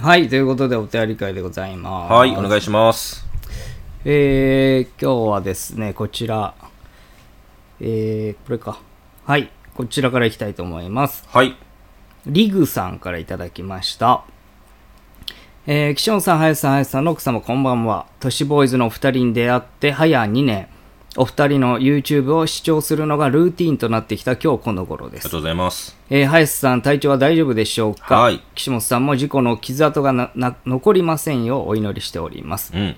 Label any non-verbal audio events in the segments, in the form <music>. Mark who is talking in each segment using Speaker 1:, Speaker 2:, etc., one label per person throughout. Speaker 1: はい、ということでお便り会でございます。
Speaker 2: はい、お願いします。
Speaker 1: えー、今日はですね、こちら、えー、これか。はい、こちらからいきたいと思います。
Speaker 2: はい。
Speaker 1: リグさんからいただきました。えー、岸本さん、林さん、林さんの奥様、こんばんは。都市ボーイズのお二人に出会って、早2年。お二人の YouTube を視聴するのがルーティーンとなってきた今日この頃で
Speaker 2: ありが
Speaker 1: す
Speaker 2: と。うございます。
Speaker 1: えー、林さん、体調は大丈夫でしょうか、
Speaker 2: はい
Speaker 1: 岸本さんも事故の傷跡がなな残りませんようお祈りしております。
Speaker 2: うん。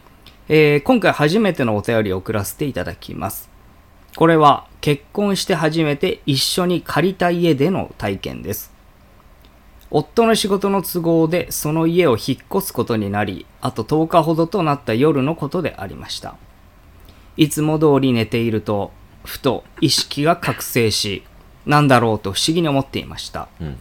Speaker 1: えー今回初めてのお便りを送らせていただきます。これは結婚して初めて一緒に借りた家での体験です。夫の仕事の都合でその家を引っ越すことになり、あと10日ほどとなった夜のことでありました。いつも通り寝ていると、ふと意識が覚醒し、なんだろうと不思議に思っていました。
Speaker 2: うん。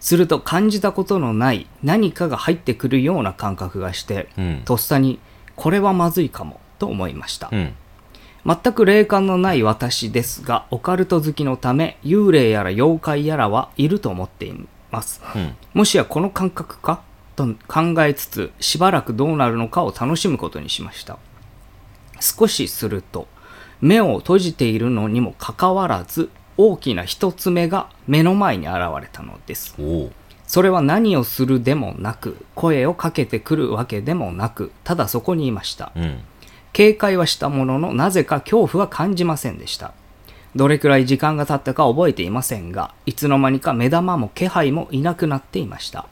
Speaker 1: すると感じたことのない何かが入ってくるような感覚がして、
Speaker 2: うん
Speaker 1: とっさにこれはまずいかもと思いました、
Speaker 2: うん。
Speaker 1: 全く霊感のない私ですがオカルト好きのため幽霊やら妖怪やらはいると思っています
Speaker 2: うん。
Speaker 1: もしやこの感覚かと考えつつしばらくどうなるのかを楽しむことにしました少しすると目を閉じているのにもかかわらず大きな一つ目が目の前に現れたのです
Speaker 2: おう。
Speaker 1: それは何をするでもなく声をかけてくるわけでもなくただそこにいました
Speaker 2: うん。
Speaker 1: 警戒はしたもののなぜか恐怖は感じませんでしたどれくらい時間が経ったか覚えていませんがいつの間にか目玉も気配もいなくなっていました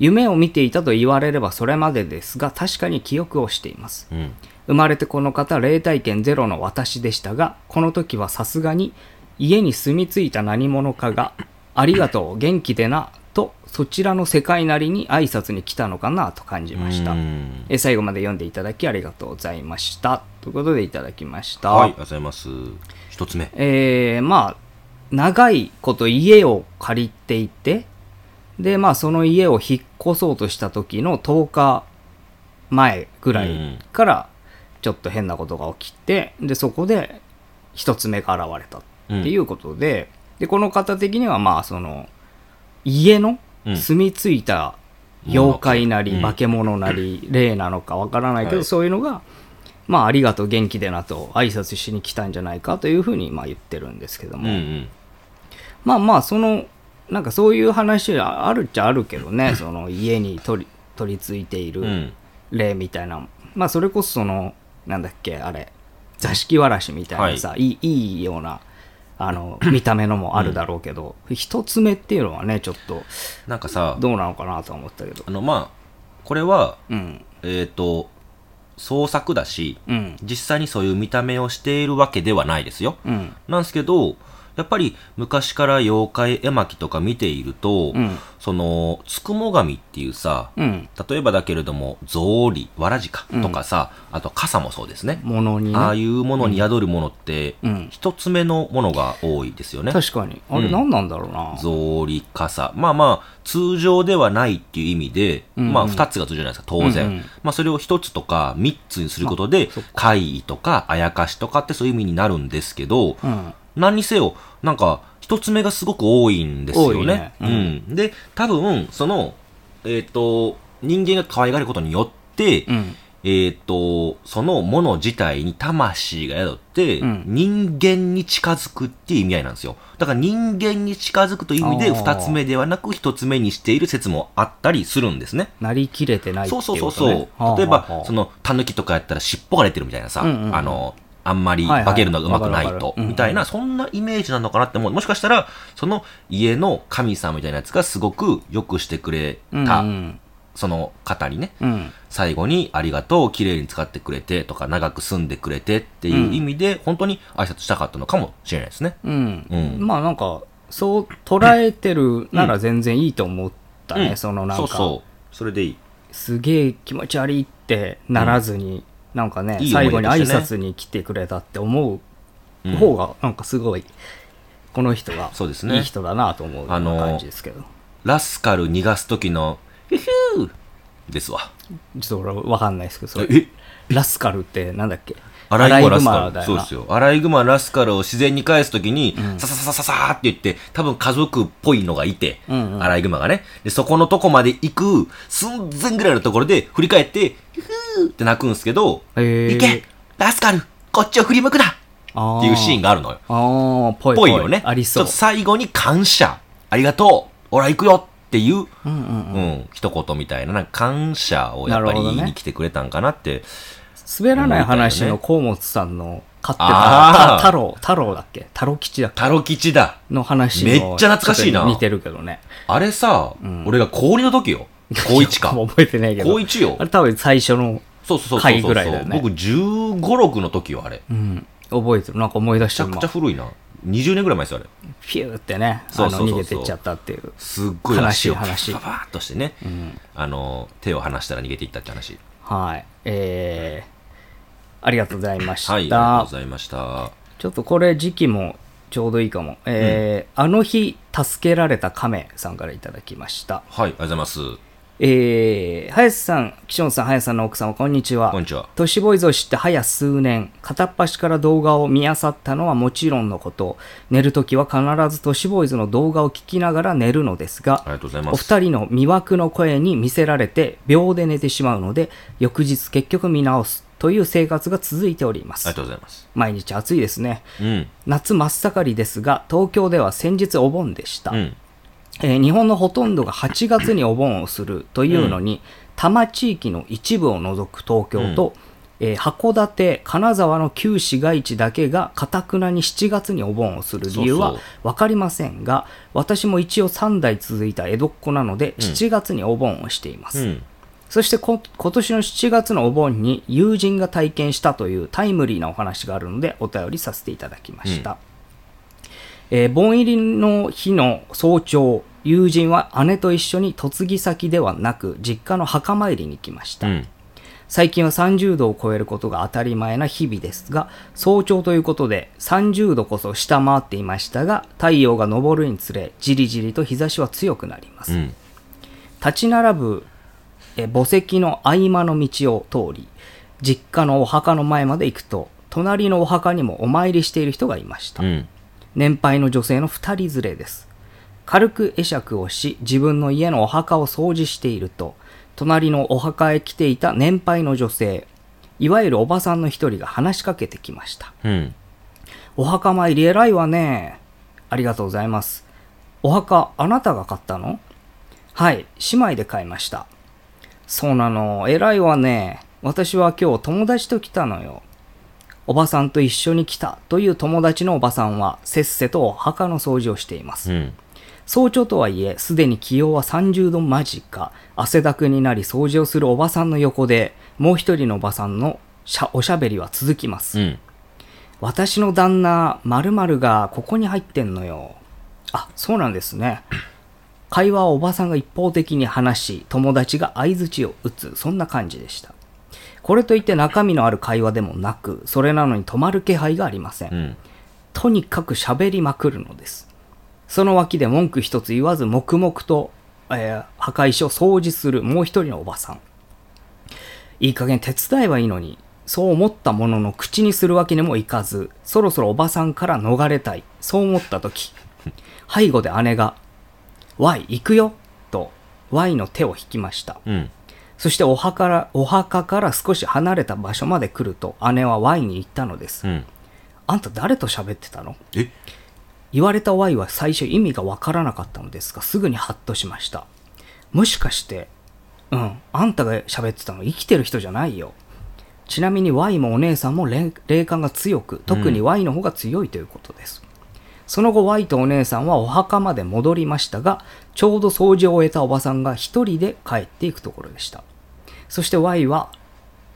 Speaker 1: 夢を見ていたと言われればそれまでですが確かに記憶をしています
Speaker 2: うん。
Speaker 1: 生まれてこの方霊体験ゼロの私でしたがこの時はさすがに家に住み着いた何者かが「ありがとう元気でな」とそちらの世界なりに挨拶に来たのかなと感じました
Speaker 2: うん
Speaker 1: え最後まで読んでいただきありがとうございましたということでいただきました、
Speaker 2: はい、ありがとうございます。一つ目。
Speaker 1: えーまあ長いこと家を借りていてでまあその家を引っ越そうとした時の10日前ぐらいからちょっと変なことが起きてでそこで一つ目が現れたっていうことで,、でこの方的にはまあその家の
Speaker 2: うん
Speaker 1: 住み着いた妖怪なり
Speaker 2: うん
Speaker 1: 化け物なり霊なのかわからないけど、
Speaker 2: はい
Speaker 1: そういうのがまあ、ありがとう、元気でなと、挨拶しに来たんじゃないかというふうに、まあ、言ってるんですけど
Speaker 2: うん
Speaker 1: も、
Speaker 2: うん。
Speaker 1: まあまあ、その、なんかそういう話はあるっちゃあるけどね、その家に取り、取り付いていうる
Speaker 2: ん。
Speaker 1: 例みたいな、まあ、それこそその、なんだっけ、あれ、座敷わらしみたいなさ、い、いいいような、あの、見た目のもあるだろうけど、一つ目っていうのはね、ちょっと、
Speaker 2: なんかさ、
Speaker 1: どうなのかなとは思ったけど
Speaker 2: あ、の、まあ、これは、
Speaker 1: うん、
Speaker 2: えっと、創作だし、
Speaker 1: うん、
Speaker 2: 実際にそういう見た目をしているわけではないですよ。
Speaker 1: うん、
Speaker 2: なんですけど、やっぱり昔から妖怪絵巻とか見ていると、
Speaker 1: うん
Speaker 2: その、つくも神っていうさ、
Speaker 1: うん、
Speaker 2: 例えばだけれども、草履、わらじか、とかさ、あと傘もそうですね。
Speaker 1: ものにね。
Speaker 2: ああいうものに宿るものって
Speaker 1: うん、
Speaker 2: 一つ目のものが多いですよね。
Speaker 1: 確かに。あれ、
Speaker 2: うん
Speaker 1: 何なんだろうな。
Speaker 2: 草履、傘。まあまあ、通常ではないっていう意味で、
Speaker 1: うん
Speaker 2: まあ二つが通常じゃないですか、当然。
Speaker 1: うんうん
Speaker 2: まあそれを一つとか三つにすることで、怪異とかあやかしとかってそういう意味になるんですけど、
Speaker 1: うん。
Speaker 2: 何にせよ、なんか、一つ目がすごく多いんですよ
Speaker 1: 多い
Speaker 2: ね。
Speaker 1: ねう
Speaker 2: うんん、で、多分、その、えっ、と、人間が可愛がることによって、
Speaker 1: うん。
Speaker 2: えっ、と、そのもの自体に魂が宿って、
Speaker 1: うん
Speaker 2: 人間に近づくっていう意味合いなんですよ。だから人間に近づくという意味
Speaker 1: あ
Speaker 2: で、
Speaker 1: ー
Speaker 2: 二つ目ではなく一つ目にしている説もあったりするんですね。
Speaker 1: なりきれてないって
Speaker 2: そ
Speaker 1: いううこと、
Speaker 2: そう
Speaker 1: ね。
Speaker 2: そうそう。例えば、そ
Speaker 1: の、
Speaker 2: の、タヌキとかやったら尻尾が出てるみたいなさ、
Speaker 1: うんうんうん
Speaker 2: あの、あんまり
Speaker 1: はいはい
Speaker 2: 化けるのがうまくない
Speaker 1: わかるわ
Speaker 2: と、
Speaker 1: かる
Speaker 2: みたいな、
Speaker 1: う
Speaker 2: そんなイメージなのかなって思う。もしかしたら、その家の神さんみたいなやつがすごく良くしてくれ
Speaker 1: うん
Speaker 2: た、
Speaker 1: うん。
Speaker 2: その方にね、
Speaker 1: うん。
Speaker 2: 最後にありがとう、綺麗に使ってくれてとか、長く住んでくれてっていう意味で、本当に挨拶したかったのかもしれないですね。
Speaker 1: うん。
Speaker 2: うん
Speaker 1: まあ、なんか、そう捉えてるなら全然いいと思ったね。
Speaker 2: うん
Speaker 1: そのなんか、
Speaker 2: そうそう。それでいい。
Speaker 1: すげえ気持ち悪いってならずに、なんかね
Speaker 2: いい思
Speaker 1: 最
Speaker 2: い出
Speaker 1: 後に挨
Speaker 2: としてね
Speaker 1: 拶に来てくれたって思
Speaker 2: う
Speaker 1: うん方が、なんかすごい、この人が、
Speaker 2: そうですね
Speaker 1: いい人だなと思うような
Speaker 2: あのー
Speaker 1: 感じですけど。
Speaker 2: ラスカル逃がす時の、ヒューですわ。
Speaker 1: ちょっと俺わかんないですけど、それ。
Speaker 2: え
Speaker 1: ラスカルってなんだっけ
Speaker 2: アライグマラス
Speaker 1: アライグ
Speaker 2: カ
Speaker 1: マだよ
Speaker 2: ル。
Speaker 1: な
Speaker 2: そうですよ。アライグマラスカルを自然に返すときに、さささささーって言って、多分家族っぽいのがいて、
Speaker 1: うんうん
Speaker 2: アライグマがね。で、そこのとこまで行く寸前ぐらいのところで振り返って、ふーって泣くんですけど、
Speaker 1: へー
Speaker 2: 行けラスカルこっちを振り向くな
Speaker 1: あ
Speaker 2: っていうシーン
Speaker 1: ン。
Speaker 2: があるのよ。
Speaker 1: ああ、ぽい。
Speaker 2: ぽいよね。
Speaker 1: ありそ
Speaker 2: ち
Speaker 1: う
Speaker 2: ょっと。最後に感謝。ありがとう。俺は行くよっていう、
Speaker 1: うんうんうん。
Speaker 2: うん、一言みたいな、なんか感謝をやっぱ
Speaker 1: な
Speaker 2: り
Speaker 1: るほど
Speaker 2: 言い
Speaker 1: ね
Speaker 2: に来てくれたんかなって。
Speaker 1: 滑らない話の河本さんの飼ってた
Speaker 2: あー
Speaker 1: た太郎、太郎だっけ太郎吉だっけ
Speaker 2: タロ吉だ。
Speaker 1: の話の
Speaker 2: めっちゃ懐かしいな
Speaker 1: ちょっと似てるけどね。
Speaker 2: あれさ、
Speaker 1: ん
Speaker 2: 俺が高2の
Speaker 1: <laughs>
Speaker 2: 時よ。高1か。
Speaker 1: もう覚えてないけど。
Speaker 2: 高1よ
Speaker 1: あ。れ多分最初の、
Speaker 2: そうそうそうそうそう。
Speaker 1: 会ぐらいだよね
Speaker 2: 僕15、6の時よ、あれ。め
Speaker 1: うん、覚えてる。なんか思い出し
Speaker 2: ち
Speaker 1: た
Speaker 2: ゃく
Speaker 1: 今
Speaker 2: ちゃ。古いな。20年ぐらい前ですよ、あれ。
Speaker 1: ピューってね、あ
Speaker 2: そ
Speaker 1: の
Speaker 2: うそうそうそう
Speaker 1: 逃げてっちゃったっていう。
Speaker 2: すっごい足を
Speaker 1: 悲しい話
Speaker 2: パパーっとしてね。あの、手を離したら逃げていったって話。
Speaker 1: はい。えー、ありがとうございました。
Speaker 2: はい、ありがとうございました。
Speaker 1: ちょっとこれ時期もちょうどいいかも。えーあの日助けられた亀さんからいただきました。
Speaker 2: はい、ありがとうございます。
Speaker 1: えー、林さん、岸本さん、林さんの奥様、こんにちは。
Speaker 2: こんにちは
Speaker 1: 都市ボーイズを知って早数年、片っ端から動画を見漁ったのはもちろんのこと、寝るときは必ず都市ボーイズの動画を聞きながら寝るのですが、
Speaker 2: ありがとうございます。
Speaker 1: お二人の魅惑の声に見せられて、秒で寝てしまうので、翌日結局見直すという生活が続いておりま
Speaker 2: ありが
Speaker 1: す。
Speaker 2: とうございます。
Speaker 1: 毎日暑いですね。
Speaker 2: うん。
Speaker 1: 夏真っ盛りですが、東京では先日お盆でした。
Speaker 2: うん。
Speaker 1: えー日本のほとんどが8月にお盆をするというのに、多摩地域の一部を除く東京と、えー函館、金沢の旧市街地だけがかたくなに7月にお盆をする理由
Speaker 2: そ
Speaker 1: は
Speaker 2: うそ
Speaker 1: 分かりませんが、私も一応3代続いた江戸っ子なので、
Speaker 2: うん
Speaker 1: 7月にお盆をしています。
Speaker 2: うん。
Speaker 1: そしてこ今年の7月のお盆に友人が体験したというタイムリーなお話があるのでお便りさせていただきました、えー盆入りの日の早朝友人は姉と一緒に嫁ぎ先ではなく実家の墓参りに来ました、
Speaker 2: うん。
Speaker 1: 最近は30度を超えることが当たり前な日々ですが早朝ということで30度こそ下回っていましたが太陽が昇るにつれじりじりと日差しは強くなります、
Speaker 2: うん。
Speaker 1: 立ち並ぶえ墓石の合間の道を通り実家のお墓の前まで行くと隣のお墓にもお参りしている人がいました、
Speaker 2: うん。
Speaker 1: 年配の女性の二人連れです軽く会釈をし自分の家のお墓を掃除していると隣のお墓へ来ていた年配の女性いわゆるおばさんの一人が話しかけてきました
Speaker 2: うん。
Speaker 1: お墓参り偉いわね。ありがとうございます。お墓、あなたが買ったのはい、姉妹で買いました。そうなの、偉いわね。私は今日友達と来たのよ。おばさんと一緒に来たという友達のおばさんはせっせとお墓の掃除をしています。
Speaker 2: うん。
Speaker 1: 早朝とはいえ、すでに気温は30度間近、汗だくになり掃除をするおばさんの横で、もう一人のおばさんのしゃおしゃべりは続きます
Speaker 2: う。ん。
Speaker 1: 私の旦那〇〇がここに入ってんのよあそうなんですね会話はおばさんが一方的に話し友達が相槌を打つそんな感じでしたこれといって中身のある会話でもなくそれなのに止まる気配がありません、
Speaker 2: うん。
Speaker 1: とにかく喋りまくるのですその脇で文句一つ言わず黙々と、えー墓石を掃除するもう一人のおばさんいい加減手伝えばいいのにそう思ったものの口にするわけにもいかずそろそろおばさんから逃れたいそう思った時背後で姉が「Y 行くよ」と Y の手を引きました
Speaker 2: うん。
Speaker 1: そしてお墓からお墓から少し離れた場所まで来ると姉は Y に行ったのです、
Speaker 2: うん。
Speaker 1: あんた誰と喋ってたの
Speaker 2: え
Speaker 1: 言われた Y は最初意味がわからなかったのですがすぐにハッとしましたもしかしてうんあんたが喋ってたの生きてる人じゃないよちなみに Y もお姉さんも霊霊感が強く特に Y の方が強いということです、その後 Y とお姉さんはお墓まで戻りましたがちょうど掃除を終えたおばさんが一人で帰っていくところでしたそして Y は、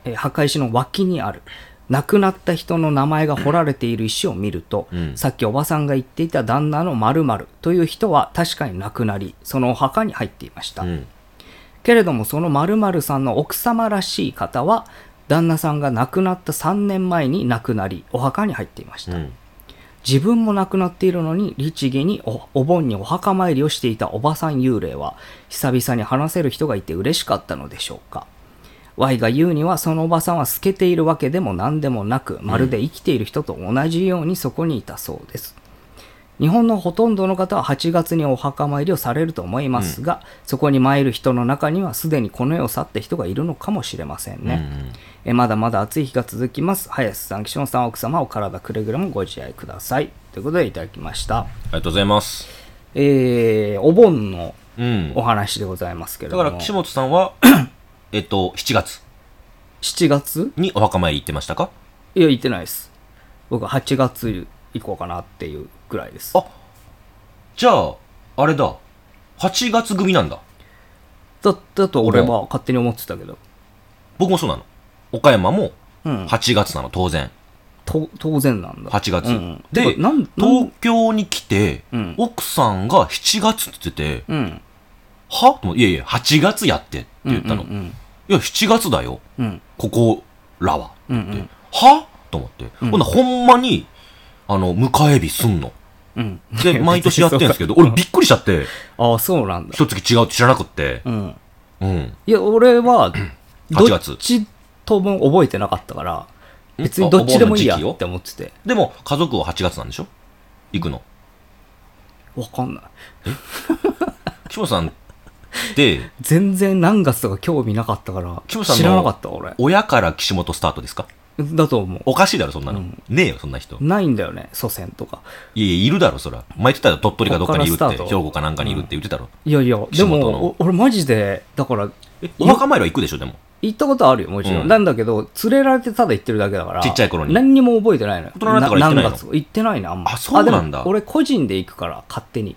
Speaker 1: えー墓石の脇にある亡くなった人の名前が彫られている石を見ると、
Speaker 2: うん
Speaker 1: さっきおばさんが言っていた旦那の〇〇という人は確かに亡くなりそのお墓に入っていました、
Speaker 2: うん。
Speaker 1: けれどもその〇〇さんの奥様らしい方は旦那さんが亡くなった3年前に亡くなりお墓に入っていまし
Speaker 2: う
Speaker 1: た、
Speaker 2: ん。
Speaker 1: 自分も亡くなっているのに律儀におお盆にお墓参りをしていたおばさん幽霊は久々に話せる人がいて嬉しかったのでしょうか Y が言うにはそのおばさんは透けているわけでも何でもなくまるで生きている人と同じようにそこにいたそうです、日本のほとんどの方は8月にお墓参りをされると思いますが、そこに参る人の中にはすでにこの世を去った人がいるのかもしれませんね、えまだまだ暑い日が続きます林さん岸本さん奥様お体くれぐれもご自愛くださいということでいただきました
Speaker 2: ありがとうございます。
Speaker 1: えー、お盆の
Speaker 2: うん。
Speaker 1: お
Speaker 2: だ
Speaker 1: 話でございますけれども
Speaker 2: から、岸本さんは、 <clears throat> えっと、7月
Speaker 1: 7月
Speaker 2: にお墓参り行ってましたか
Speaker 1: いや行ってないです僕は8月行こうかなっていうぐらいです
Speaker 2: あじゃあ、あれだ。8月組なんだ。
Speaker 1: だだと俺は勝手に思ってたけど、
Speaker 2: 僕もそうなの。岡山も
Speaker 1: うん、
Speaker 2: 8月なの、当然。
Speaker 1: と当然なんだ
Speaker 2: 8月。
Speaker 1: うんうんて
Speaker 2: で
Speaker 1: かなん、なん
Speaker 2: 東京に来て、
Speaker 1: うん
Speaker 2: 奥さんが7月って言ってて、
Speaker 1: うん
Speaker 2: はと思っていやいや、8月やってって言ったの。
Speaker 1: うん
Speaker 2: い
Speaker 1: うん
Speaker 2: や、7月だよ。
Speaker 1: うんうん
Speaker 2: ここらは。
Speaker 1: うん
Speaker 2: ってはと思って。
Speaker 1: うん
Speaker 2: ほんならほんまに、あの、迎え日すんの。
Speaker 1: うんうん <laughs>
Speaker 2: で、毎年やってんですけど、俺びっくりしちゃって、
Speaker 1: ああそうなんだ
Speaker 2: 一月違うって知らなくって。
Speaker 1: うん
Speaker 2: うん。
Speaker 1: いや、俺は、
Speaker 2: <clears throat> 8
Speaker 1: どっ
Speaker 2: 月
Speaker 1: ちとも覚えてなかったから、
Speaker 2: ん
Speaker 1: 別にどっちでもいいや
Speaker 2: あお盆の時期を
Speaker 1: って思ってて。
Speaker 2: でも、家族は8月なんでしょ行くの。
Speaker 1: わかんない。
Speaker 2: 岸本さんって、
Speaker 1: 全然何月とか興味なかったから、
Speaker 2: キムさんの
Speaker 1: 知らなかった俺。
Speaker 2: 親から岸本スタートですか
Speaker 1: だと思う。
Speaker 2: おかしいだろ、そんなの。
Speaker 1: うん
Speaker 2: ねえよ、そんな人。
Speaker 1: ないんだよね、祖先とか。
Speaker 2: いやいや、いるだろ、そら。前言ってたら鳥取かどっかにいるっ
Speaker 1: こっからス
Speaker 2: て、
Speaker 1: ター
Speaker 2: 兵
Speaker 1: ト
Speaker 2: 庫かなんかにいるって言ってたろ。
Speaker 1: いやいや、で
Speaker 2: 岸本の
Speaker 1: も、お俺マジで、だから、
Speaker 2: えお墓参りは行くでしょ、でも。
Speaker 1: 行ったことあるよ、もちろん。
Speaker 2: うん
Speaker 1: なんだけど、連れられてただ行ってるだけだから。
Speaker 2: ちっちゃい頃に
Speaker 1: 何にも覚えてないのよ。
Speaker 2: 大人になってから行ってないの
Speaker 1: 何月行ってないね、あんま。
Speaker 2: あそうなんだ
Speaker 1: あでも俺個人で行くから、勝手に。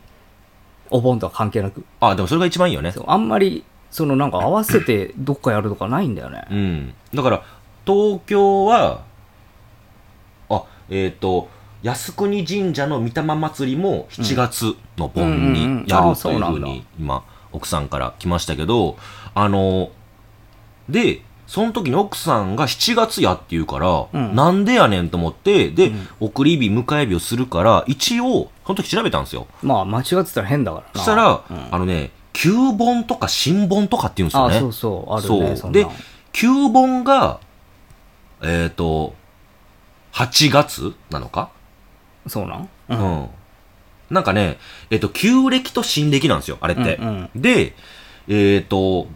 Speaker 1: お盆とは関係なく。
Speaker 2: あ、でもそれが一番いいよね
Speaker 1: そ。うあんまり、そのなんか合わせてどっかやるとかないんだよね
Speaker 2: う。ん。だから、東京は、あ、えっ、と、靖国神社の御霊祭りも7月の盆
Speaker 1: うんうんうん
Speaker 2: にや
Speaker 1: あ
Speaker 2: ると
Speaker 1: そう
Speaker 2: いう
Speaker 1: なん
Speaker 2: ふ
Speaker 1: だ
Speaker 2: うに、今、奥さんから来ましたけど、あの、で、その時に奥さんが7月やって言うから、
Speaker 1: うん
Speaker 2: なんでやねんと思って、で、
Speaker 1: うん
Speaker 2: 送り火、迎え火をするから、一応、その時調べたんですよ。
Speaker 1: まあ、間違ってたら変だから
Speaker 2: そ
Speaker 1: な。
Speaker 2: したら、
Speaker 1: うん
Speaker 2: あのね、旧盆とか新盆とかって言うんですよ
Speaker 1: あ、
Speaker 2: ね。
Speaker 1: そうそう、あるね、そ
Speaker 2: そ
Speaker 1: ん
Speaker 2: う。
Speaker 1: な
Speaker 2: で
Speaker 1: ん。、
Speaker 2: 旧本が、えっ、と、8月なのか、
Speaker 1: そうなんう。
Speaker 2: うんん、なんかね、えっ、と、旧暦と新暦なんですよ、あれって。
Speaker 1: うんうん
Speaker 2: で、えっ、と、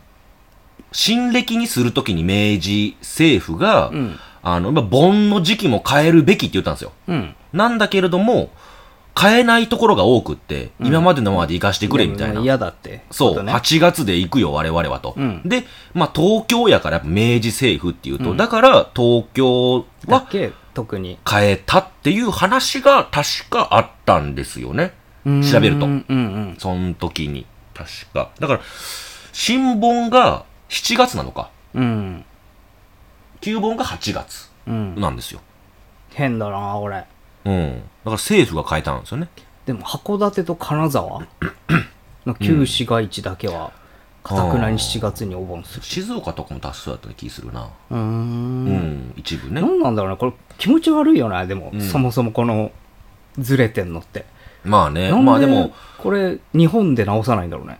Speaker 2: 新暦にするときに明治政府が、
Speaker 1: うん。
Speaker 2: あの、まあ盆の時期も変えるべきって言ったんですよ。
Speaker 1: うん。
Speaker 2: なんだけれども、変えないところが多くって、
Speaker 1: うん
Speaker 2: 今までのままで生かしてくれみたい
Speaker 1: で
Speaker 2: な
Speaker 1: も。嫌だって。
Speaker 2: そう、
Speaker 1: ね。
Speaker 2: 8月で行くよ、我々はと。
Speaker 1: うん
Speaker 2: で、まあ、東京やからやっぱ明治政府っていうと、
Speaker 1: うん
Speaker 2: だから東京
Speaker 1: だ
Speaker 2: は
Speaker 1: け、特に。
Speaker 2: 変えたっていう話が確かあったんですよね。調べると
Speaker 1: うんうんうん。
Speaker 2: その時に。確か。だから、新本が7月なのか。
Speaker 1: うん。
Speaker 2: 旧本が8月
Speaker 1: うん。
Speaker 2: なんですよ。
Speaker 1: 変だな、俺。
Speaker 2: うん。だから政府が変えたんですよね。
Speaker 1: でも、函館と金
Speaker 2: <clears throat>
Speaker 1: 沢の旧市街地だけは、かたくなに7月にお盆する。
Speaker 2: 静岡とかも多数だった気するな。
Speaker 1: うー。
Speaker 2: うんん、一部ね。
Speaker 1: なんなんだろうね、これ気持ち悪いよね、でも
Speaker 2: う、ん
Speaker 1: そもそもこの、ずれてんのって。
Speaker 2: まあね、
Speaker 1: なん
Speaker 2: まあでも、、
Speaker 1: これ、日本で直さないんだろうね。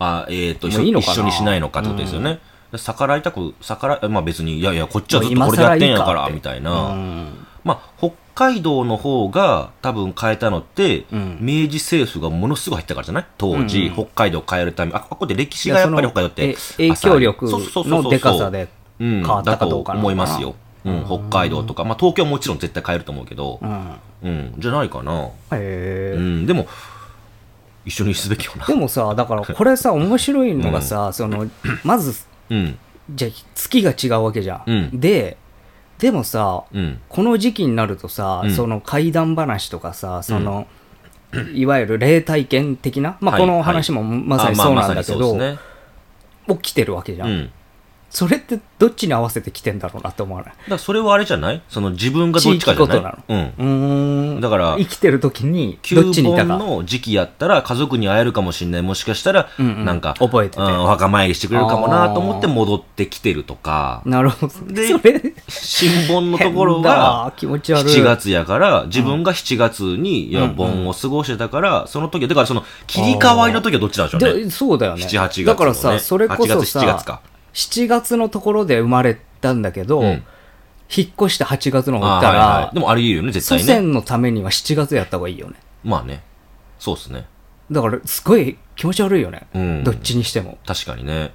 Speaker 2: あ、えっ、と、
Speaker 1: もういいのかな
Speaker 2: 一緒にしないのかってことですよね。逆らいたく、逆らい、まあ別に、いやいや、こっちはずっと
Speaker 1: もう
Speaker 2: こ
Speaker 1: 今
Speaker 2: れでや
Speaker 1: 更いいか
Speaker 2: ってんやから、
Speaker 1: って
Speaker 2: みたいうな。
Speaker 1: ん。
Speaker 2: まあ、北海道の方が多分変えたのって、
Speaker 1: うん
Speaker 2: 明治政府がものすごい入ったからじゃない当時、
Speaker 1: うん
Speaker 2: 北海道を変えるため、あ、ここで歴史がやっぱり北海道って
Speaker 1: え。影響力
Speaker 2: そうそうそうそうそ
Speaker 1: の
Speaker 2: う
Speaker 1: でかさで。
Speaker 2: うん、
Speaker 1: 変わったかどうか
Speaker 2: だ
Speaker 1: な
Speaker 2: と思いますよ。うん、北海道とか、まあ東京はもちろん絶対変えると思うけど
Speaker 1: う、ん。
Speaker 2: うん、じゃないかな。
Speaker 1: へー
Speaker 2: うん、でも、一緒にすべきよな
Speaker 1: で。もさ、だからこれさ、面白いのがさ、その、まず、
Speaker 2: うん、
Speaker 1: じゃあ月が違うわけじゃん。
Speaker 2: うん
Speaker 1: で、でもさ、
Speaker 2: うん、
Speaker 1: この時期になるとさ、
Speaker 2: うん
Speaker 1: その怪談話とかさ、その、いわゆる霊体験的な、まあ、この話もまさにそうなんだけど、
Speaker 2: ね。
Speaker 1: 起きてるわけじゃ,、
Speaker 2: うんん。
Speaker 1: それってどっちに合わせてきてんだろうなって思わない。
Speaker 2: だからそれはあれじゃないその自分がどっちかじゃない
Speaker 1: 地域ご
Speaker 2: うん。
Speaker 1: うーん。
Speaker 2: だから
Speaker 1: 生きてる時に、
Speaker 2: 旧
Speaker 1: どっちにいた
Speaker 2: 盆
Speaker 1: か。
Speaker 2: の時期やったら家族に会えるかもしれない。もしかしたら、
Speaker 1: うんうん
Speaker 2: なんか、
Speaker 1: 覚えてて
Speaker 2: うんお墓参りしてくれるかもなと思って戻ってきてるとか、
Speaker 1: なるほど。そ
Speaker 2: で
Speaker 1: れ、
Speaker 2: 新盆のところ
Speaker 1: 変だ
Speaker 2: は
Speaker 1: わ気持ち悪い。
Speaker 2: 7月やから、自分が7月に、いや、
Speaker 1: うん
Speaker 2: 盆を過ごしてたから、その時は、だからその切り替わりの時はどっちなんでしょうね。
Speaker 1: でそうだよね。
Speaker 2: 7、8月のね
Speaker 1: だからさ、それこそ
Speaker 2: 8
Speaker 1: さ、
Speaker 2: 月、7月か。
Speaker 1: 7月のところで生まれたんだけど、
Speaker 2: うん
Speaker 1: 引っ越して8月の方行
Speaker 2: あ
Speaker 1: っ
Speaker 2: ー
Speaker 1: た
Speaker 2: はい
Speaker 1: ら、
Speaker 2: はいでもあり得るよね絶
Speaker 1: 祖
Speaker 2: 対ね
Speaker 1: 先のためには7月やった方がいいよね。
Speaker 2: まあねそうっすね
Speaker 1: だから、すごい気持ち悪いよね。
Speaker 2: うん
Speaker 1: どっちにしても。
Speaker 2: 確かにね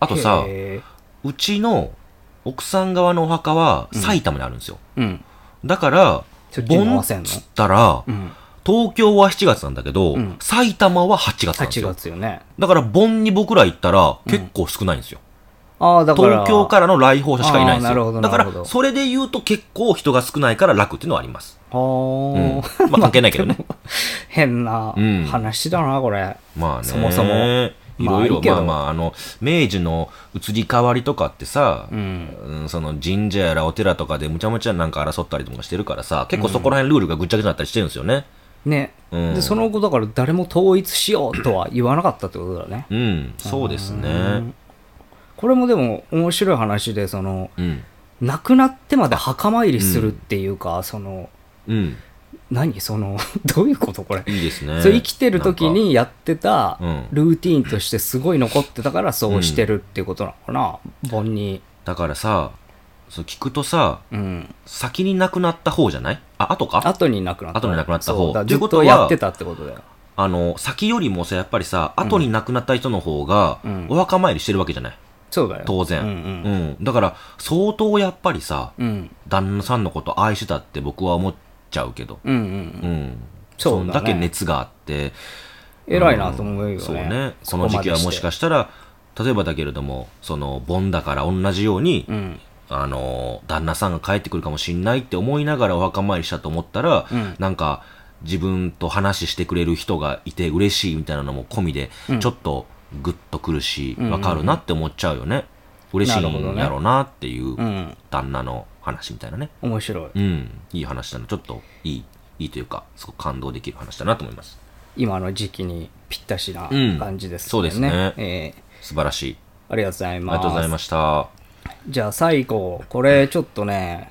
Speaker 2: あとさ
Speaker 1: へ
Speaker 2: うちの奥さん側のお墓は埼玉にあるんですよ、
Speaker 1: ーうん。
Speaker 2: だから
Speaker 1: そっちに合
Speaker 2: 盆
Speaker 1: わ
Speaker 2: っ
Speaker 1: せんの
Speaker 2: つったら、
Speaker 1: うん。
Speaker 2: 東京は7月なんだけど、
Speaker 1: うん
Speaker 2: 埼玉は8月なんです
Speaker 1: 8
Speaker 2: よ
Speaker 1: 月よね。
Speaker 2: だから盆に僕ら行ったら結構少ないんですよ、
Speaker 1: ああ、だから。
Speaker 2: 東京からの来訪者しかいないんで
Speaker 1: あ
Speaker 2: す
Speaker 1: ーなるほ
Speaker 2: よ
Speaker 1: ど
Speaker 2: だか
Speaker 1: なるほど
Speaker 2: らそれで言うと結構人が少ないから楽っていうのはあります、
Speaker 1: あー
Speaker 2: うん、まあ関係ないけどね
Speaker 1: <laughs> 変な
Speaker 2: うん
Speaker 1: 話だな、これ。
Speaker 2: まあね。
Speaker 1: そもそも
Speaker 2: いろい
Speaker 1: まあいい
Speaker 2: ろ、
Speaker 1: けど
Speaker 2: まあまあ、あの、明治の移り変わりとかってさ、
Speaker 1: うん。
Speaker 2: うんその神社やらお寺とかでむちゃむちゃなんか争ったりとかしてるからさ、結構そこら辺ルールがぐっちゃぐちゃになったりしてるんですよね。
Speaker 1: ね。
Speaker 2: うん
Speaker 1: で、その後、だから誰も統一しようとは言わなかったってことだね。
Speaker 2: うん、そうです
Speaker 1: う
Speaker 2: ね
Speaker 1: ん。これもでも面白い話で、その、
Speaker 2: うん。
Speaker 1: 亡くなってまで墓参りするっていうか、その、
Speaker 2: うん。
Speaker 1: 何その、 <laughs> どういうことこれ。
Speaker 2: いいですね。
Speaker 1: そう生きてる時
Speaker 2: なんか、
Speaker 1: にやってた
Speaker 2: うん
Speaker 1: ルーティーンとしてすごい残ってたからそうしてるっていうことなのかな、盆に。
Speaker 2: だからさ、そう聞くとさ、
Speaker 1: うん。
Speaker 2: 先に亡くなった方じゃないあ、後か
Speaker 1: 後に亡くなった。
Speaker 2: 後に亡くなった方
Speaker 1: そうだからずっ
Speaker 2: ということとは
Speaker 1: やってたってことだよ。
Speaker 2: あの、先よりもさ、やっぱりさ、後に亡くなった人の方が
Speaker 1: うん、
Speaker 2: お墓参りしてるわけじゃない
Speaker 1: そうだよ。
Speaker 2: 当然。
Speaker 1: うん
Speaker 2: うんだから、相当やっぱりさ、
Speaker 1: うん。うん。
Speaker 2: 旦那さんのこと愛してたって僕は思っちゃうけど。
Speaker 1: うんうん
Speaker 2: う
Speaker 1: うん。
Speaker 2: ん。
Speaker 1: そうだね
Speaker 2: んだけ熱があって。
Speaker 1: 偉いなと思うよね。
Speaker 2: んそうね。こ
Speaker 1: そ
Speaker 2: の
Speaker 1: まで
Speaker 2: 時期はもしかしたら、例えばだけれども、その、ボンだから同じように、
Speaker 1: うん。
Speaker 2: あの、旦那さんが帰ってくるかもしんないって思いながらお墓参りしたと思ったら、
Speaker 1: うん
Speaker 2: なんか、自分と話してくれる人がいて嬉しいみたいなのも込みで、
Speaker 1: うん
Speaker 2: ちょっとグッとくるし、
Speaker 1: うんうん
Speaker 2: わかるなって思っちゃうよね。嬉しい
Speaker 1: なるほど
Speaker 2: ん
Speaker 1: ね
Speaker 2: やろうなっていう
Speaker 1: うん。
Speaker 2: 旦那の話みたいなね。
Speaker 1: 面白い。
Speaker 2: うん。いい話だな。ちょっといい、いいというか、すごく感動できる話だなと思います。
Speaker 1: 今の時期にぴったしな感じですね。
Speaker 2: うんそうですね
Speaker 1: ええ
Speaker 2: 素晴らしい。
Speaker 1: ありがとうござい
Speaker 2: あり
Speaker 1: ます。
Speaker 2: がとうございました。
Speaker 1: じゃあ最後、これちょっとね、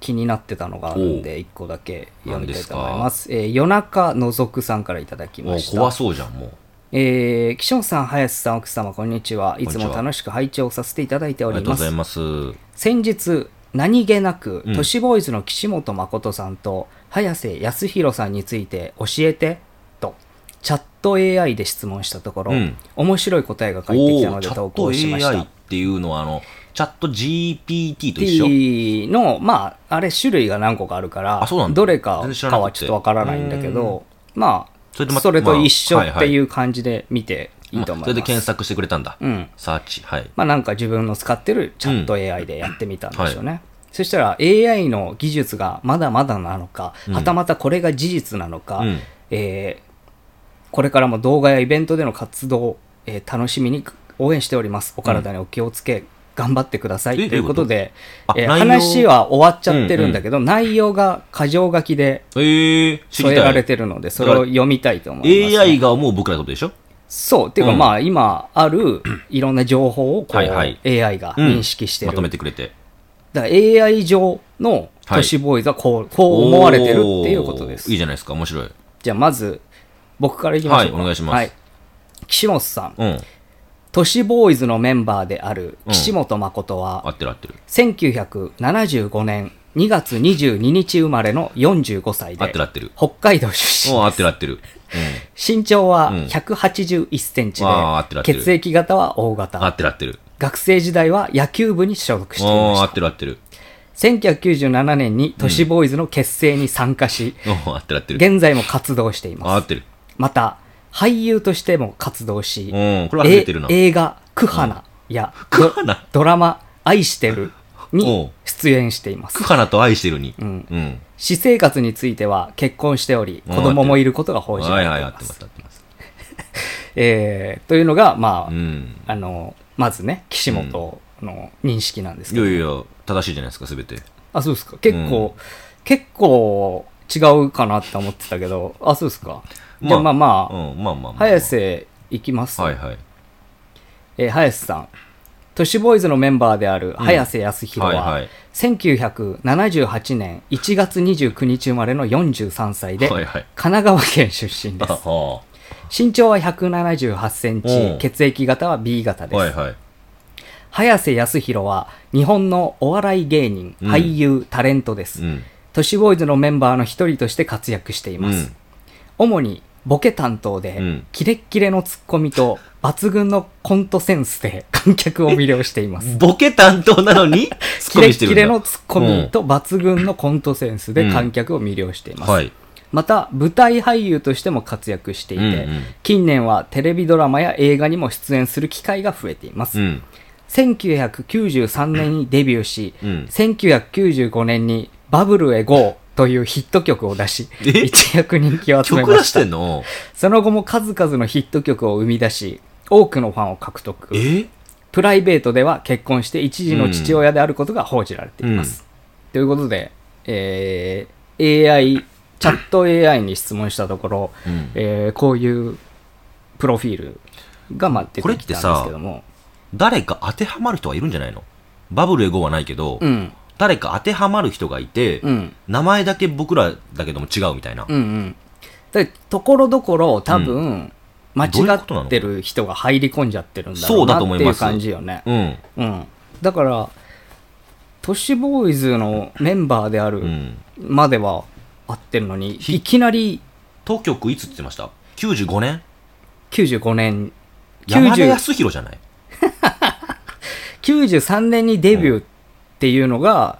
Speaker 1: 気になってたのがあるんで、一個だけ読みたいと思います。えー夜中のぞくさんからいただき
Speaker 2: も
Speaker 1: ま
Speaker 2: う
Speaker 1: した。
Speaker 2: 怖そうじゃん、もう。
Speaker 1: えー、岸本さん、林さん、奥様、こんにちは。いつも楽しく拝聴させていただいて
Speaker 2: あ
Speaker 1: お
Speaker 2: りが
Speaker 1: り
Speaker 2: とうご
Speaker 1: ま
Speaker 2: ざ
Speaker 1: す
Speaker 2: い。ます。
Speaker 1: 先日何気なく、
Speaker 2: うん
Speaker 1: 都市ボーイズの岸本誠さんと早瀬康弘さんについて教えてとチャット AI で質問したところ、
Speaker 2: うん
Speaker 1: 面白い答えが返ってきた
Speaker 2: お
Speaker 1: の
Speaker 2: お
Speaker 1: で
Speaker 2: チャ
Speaker 1: 投
Speaker 2: ッ
Speaker 1: 稿しまし
Speaker 2: ト AI
Speaker 1: た
Speaker 2: っ。ていうのは、あの、チャット GPT と一緒。
Speaker 1: T の、まあ、あれ種類が何個かあるから
Speaker 2: あそうなん、だ
Speaker 1: どれか
Speaker 2: 全然知らな
Speaker 1: か
Speaker 2: くて
Speaker 1: はちょっとわからないんだけど、ま
Speaker 2: それで
Speaker 1: あ、
Speaker 2: ま
Speaker 1: それと一緒
Speaker 2: まあ
Speaker 1: っていう感じで見ていいと思い
Speaker 2: まあ
Speaker 1: ます。
Speaker 2: それで検索してくれたんだ。
Speaker 1: うん。
Speaker 2: サーチ。はい。
Speaker 1: まあ、なんか自分の使ってるチャット AI でやってみたんでしょうね。
Speaker 2: うん
Speaker 1: そしたら AI の技術がまだまだなのか、
Speaker 2: うん
Speaker 1: はたまたこれが事実なのか、
Speaker 2: うん
Speaker 1: えーこれからも動画やイベントでの活動を、えー楽しみに応援しております。お体にお気をつけ、頑張ってください。
Speaker 2: え
Speaker 1: ということで、
Speaker 2: どう
Speaker 1: え
Speaker 2: いう
Speaker 1: ー
Speaker 2: ことあ内容
Speaker 1: 話は終わっちゃってるんだけど、内容が箇条書きで
Speaker 2: ええ知
Speaker 1: 添え
Speaker 2: り
Speaker 1: ら
Speaker 2: た
Speaker 1: れ
Speaker 2: い。
Speaker 1: てるので、それを読みたいと思います、
Speaker 2: AI が思う僕らのことでしょ
Speaker 1: そう。っていうか、
Speaker 2: うん
Speaker 1: まあ、今ある
Speaker 2: <clears throat>
Speaker 1: いろんな情報をこう、
Speaker 2: はいはい
Speaker 1: AI が認識してる。
Speaker 2: まとめてくれて。
Speaker 1: だから AI 上の都市ボーイズはこう,、こう思われてるっていうことです。
Speaker 2: おーいいじゃないですか、面白い。
Speaker 1: じゃあ、まず、僕からいきましょうか。
Speaker 2: はいお願いします
Speaker 1: 岸本さん、
Speaker 2: うん。
Speaker 1: 都市ボーイズのメンバーである岸本誠は、
Speaker 2: 合ってる合ってる。
Speaker 1: 1975年2月22日生まれの45歳
Speaker 2: 合っ
Speaker 1: で
Speaker 2: てる合、ってる。
Speaker 1: 北海道
Speaker 2: う
Speaker 1: 出
Speaker 2: ん、
Speaker 1: 身。
Speaker 2: 合ってる合ってる。うん。
Speaker 1: <laughs> 身長は
Speaker 2: うん
Speaker 1: 181センチで、
Speaker 2: あー合ってる合ってる
Speaker 1: 血液型は O
Speaker 2: 合
Speaker 1: 型。
Speaker 2: ってる合ってる。
Speaker 1: 学生時代は野球部に所属してい
Speaker 2: お
Speaker 1: ま
Speaker 2: ー合
Speaker 1: し
Speaker 2: って
Speaker 1: た。
Speaker 2: る合ってる。
Speaker 1: 1997年に都市ボーイズの結成に参加し、
Speaker 2: おー合ってる合ってる。
Speaker 1: 現在も活動してい
Speaker 2: あ合
Speaker 1: ま
Speaker 2: っ
Speaker 1: す。
Speaker 2: てる。
Speaker 1: また、俳優としても活動し、
Speaker 2: うん、これは出てるな。
Speaker 1: え映画、クハナや、
Speaker 2: クハナ
Speaker 1: ドドラマ、愛してる
Speaker 2: お
Speaker 1: に
Speaker 2: う
Speaker 1: 出演していま
Speaker 2: ク
Speaker 1: す。
Speaker 2: ハナと愛してるに。うんうん。
Speaker 1: 私生活については結婚しており、
Speaker 2: うん
Speaker 1: 子供もいることが報じら
Speaker 2: はい
Speaker 1: れ
Speaker 2: はい、
Speaker 1: て
Speaker 2: 合
Speaker 1: い
Speaker 2: っ
Speaker 1: ま。
Speaker 2: てますす、合ってます。
Speaker 1: えーというのが、まあ、
Speaker 2: うん。
Speaker 1: あの、まずね、岸本の認識なんです
Speaker 2: い
Speaker 1: けど。
Speaker 2: やいや、正しいじゃないですか、すべて。
Speaker 1: あ、そうですか。結構、結構違うかなって思ってたけど、あ、そうですか。
Speaker 2: まあ
Speaker 1: じゃあまあま
Speaker 2: う
Speaker 1: あ、
Speaker 2: ん、まあまあまあ。
Speaker 1: 早瀬いきます。
Speaker 2: はいはい。
Speaker 1: えー、早瀬さん。都市ボーイズのメンバーである早瀬康弘は、
Speaker 2: はいはい
Speaker 1: 1978年1月29日生まれの43歳で、
Speaker 2: はいはい。
Speaker 1: 神奈川県出身で
Speaker 2: <laughs> あ
Speaker 1: す。
Speaker 2: は
Speaker 1: 身長は178セン
Speaker 2: う
Speaker 1: チ、
Speaker 2: ん
Speaker 1: 血液型は B 型
Speaker 2: あ
Speaker 1: です。
Speaker 2: はいはい。
Speaker 1: 早瀬康弘は日本のお笑い芸人、
Speaker 2: うん
Speaker 1: 俳優、タレントです。
Speaker 2: うん。
Speaker 1: 都市ボーイズのメンバーの一人として活躍しています。
Speaker 2: うん
Speaker 1: 主にボケ担当で、
Speaker 2: うん
Speaker 1: キレッキレのツッコミと抜群のコントセンスで観客を魅了しています。
Speaker 2: ボケ担当なのに、 <laughs> ツッ
Speaker 1: キ
Speaker 2: コ
Speaker 1: レ
Speaker 2: ミして
Speaker 1: ッ
Speaker 2: る
Speaker 1: キ
Speaker 2: んだ
Speaker 1: レのツッコミと抜群のコントセンスで観客を魅了しています。
Speaker 2: はい。
Speaker 1: また、舞台俳優としても活躍していて、
Speaker 2: うんうん
Speaker 1: 近年はテレビドラマや映画にも出演する機会が増えています。
Speaker 2: うん。
Speaker 1: 1993年にデビューし、
Speaker 2: うん
Speaker 1: 1995年にバブルへ GO! というヒット曲を出し、
Speaker 2: え
Speaker 1: 一躍人気を集め
Speaker 2: 曲
Speaker 1: ま
Speaker 2: 出
Speaker 1: し
Speaker 2: したて。んの
Speaker 1: その後も数々のヒット曲を生み出し、多くのファンを獲得。
Speaker 2: え
Speaker 1: プライベートでは結婚して一児の父親であることが報じられています。ということで、えー AI、チャット AI に質問したところ、
Speaker 2: うん
Speaker 1: えーこういうプロフィールがまあ出てきたんですけども、
Speaker 2: 誰か当てはまる人はいるんじゃないのバブルエゴはないけど、
Speaker 1: うん、
Speaker 2: 誰か当てはまる人がいて、
Speaker 1: うん、
Speaker 2: 名前だけ僕らだけども違うみたいな。
Speaker 1: うん、うん。でところどころ多分、間違
Speaker 2: どういうことな
Speaker 1: っ
Speaker 2: の
Speaker 1: てる人が入り込んじゃってるんだろ
Speaker 2: そううだ
Speaker 1: な
Speaker 2: と思
Speaker 1: っ
Speaker 2: い
Speaker 1: ていう
Speaker 2: ます
Speaker 1: 感じよね。
Speaker 2: う
Speaker 1: う
Speaker 2: ん。
Speaker 1: ん、だから都市ボーイズのメンバーであ
Speaker 2: う
Speaker 1: る
Speaker 2: ん。
Speaker 1: までは合ってるのに、
Speaker 2: ひ
Speaker 1: いきなり
Speaker 2: 当局いつって言ってました ?95 年
Speaker 1: 95年
Speaker 2: 山根
Speaker 1: 90
Speaker 2: 康弘じゃない
Speaker 1: 93年にデビューっていうのが、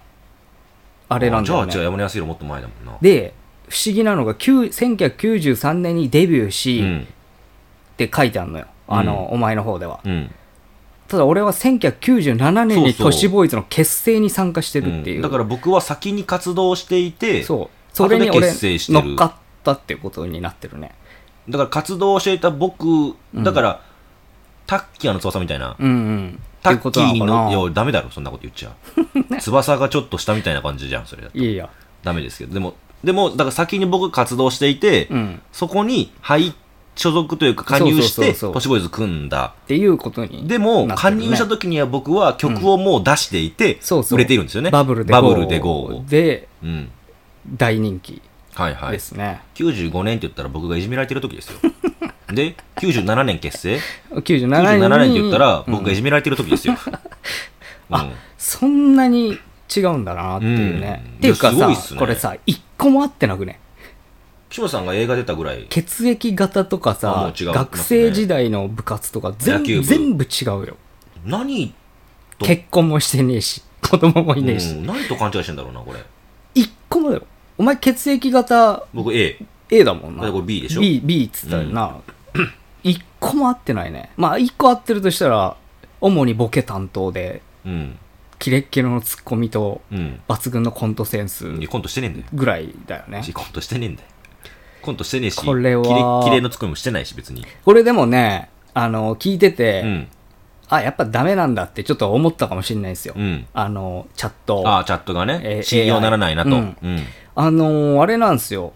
Speaker 1: あ
Speaker 2: あ
Speaker 1: れなんだよ
Speaker 2: じゃあ、じゃあ
Speaker 1: ね
Speaker 2: 山根康弘もっと前だもんな。
Speaker 1: で不思議なのが9 1993年にデビューし、
Speaker 2: うん。
Speaker 1: って書いてあるのよあの、お前の方では
Speaker 2: うん。
Speaker 1: ただ俺は1997年に
Speaker 2: そうそ
Speaker 1: 都
Speaker 2: う
Speaker 1: 市ボーイズの結成に参加してるっていう、
Speaker 2: うんだから僕は先に活動していて、
Speaker 1: そうそれに
Speaker 2: 後で
Speaker 1: 俺
Speaker 2: 結成してる
Speaker 1: 乗っかったってことになってるね
Speaker 2: だから活動していた僕、
Speaker 1: うん
Speaker 2: だから、タッキーの翼みたいな、
Speaker 1: うんうん。
Speaker 2: タ
Speaker 1: っていうこ
Speaker 2: ッキ
Speaker 1: となのか
Speaker 2: ーにの、
Speaker 1: ない
Speaker 2: や、ダメだろ、そんなこと言っ
Speaker 1: <laughs>
Speaker 2: ちゃう。翼がちょっとしたみたいな感じじゃん、それだと。
Speaker 1: いやいや。
Speaker 2: ダメですけど、でも、でも、だから先に僕活動していて、
Speaker 1: うん。
Speaker 2: そこに入、所属というか加入し
Speaker 1: そうそう
Speaker 2: て、
Speaker 1: そうそう
Speaker 2: 都市ボーイズ組んだ。
Speaker 1: っていうことに。
Speaker 2: でも、
Speaker 1: なって
Speaker 2: 加
Speaker 1: るね
Speaker 2: 入した時には僕は曲をもう出していて、
Speaker 1: そうそう
Speaker 2: 売れているんですよね。
Speaker 1: バブルで
Speaker 2: バブルで GO を。
Speaker 1: で
Speaker 2: うん。
Speaker 1: 大人気
Speaker 2: はいは
Speaker 1: で
Speaker 2: い。
Speaker 1: すね。
Speaker 2: 95年って言ったら僕がいじめられてる時です <laughs> よ。で、97年結成
Speaker 1: 97年に。
Speaker 2: 97年って言ったら僕がいじ
Speaker 1: うん
Speaker 2: められてる時ですよ。うん
Speaker 1: そんなに違うんだなっていうね。
Speaker 2: うん
Speaker 1: っていうか
Speaker 2: いやす
Speaker 1: さ、
Speaker 2: ごいっすね
Speaker 1: これさ、一個も合ってなくね。
Speaker 2: 岸本さんが映画出たぐらい、
Speaker 1: 血液型とか
Speaker 2: あも
Speaker 1: さ、
Speaker 2: う違いますね
Speaker 1: 学生時代の部活とか全
Speaker 2: 野球部
Speaker 1: 全部違うよ。
Speaker 2: 何と、
Speaker 1: 結婚もしてねえし、子供もいねえし。
Speaker 2: うん何と勘違いしてんだろうな、これ。
Speaker 1: 一個もだよ。お前血液型
Speaker 2: 僕 A。
Speaker 1: A だもん
Speaker 2: だか
Speaker 1: な
Speaker 2: ら。これ B でしょ
Speaker 1: B, B っつったよな、 <clears throat> 一個も合ってないねまあ一個合ってるとしたら主にボケ担当で
Speaker 2: うん。
Speaker 1: キレッキレのツッコミと
Speaker 2: うん。
Speaker 1: 抜群のコントセンス
Speaker 2: いやコントしてねえんだよ。
Speaker 1: ぐらいだよね
Speaker 2: コントしてねえんだよ。コントしてねえし、
Speaker 1: これは
Speaker 2: キレッキレのツッコミもしてないし、別に。
Speaker 1: これでもねあの聞いてて、
Speaker 2: うん。
Speaker 1: あやっぱダメなんだってちょっと思ったかもしれないですよ、
Speaker 2: うん。
Speaker 1: あのチャット
Speaker 2: ああ、チャットが
Speaker 1: えー
Speaker 2: ね、信用ならないなと。
Speaker 1: う
Speaker 2: うんん。
Speaker 1: あのあれなんですよ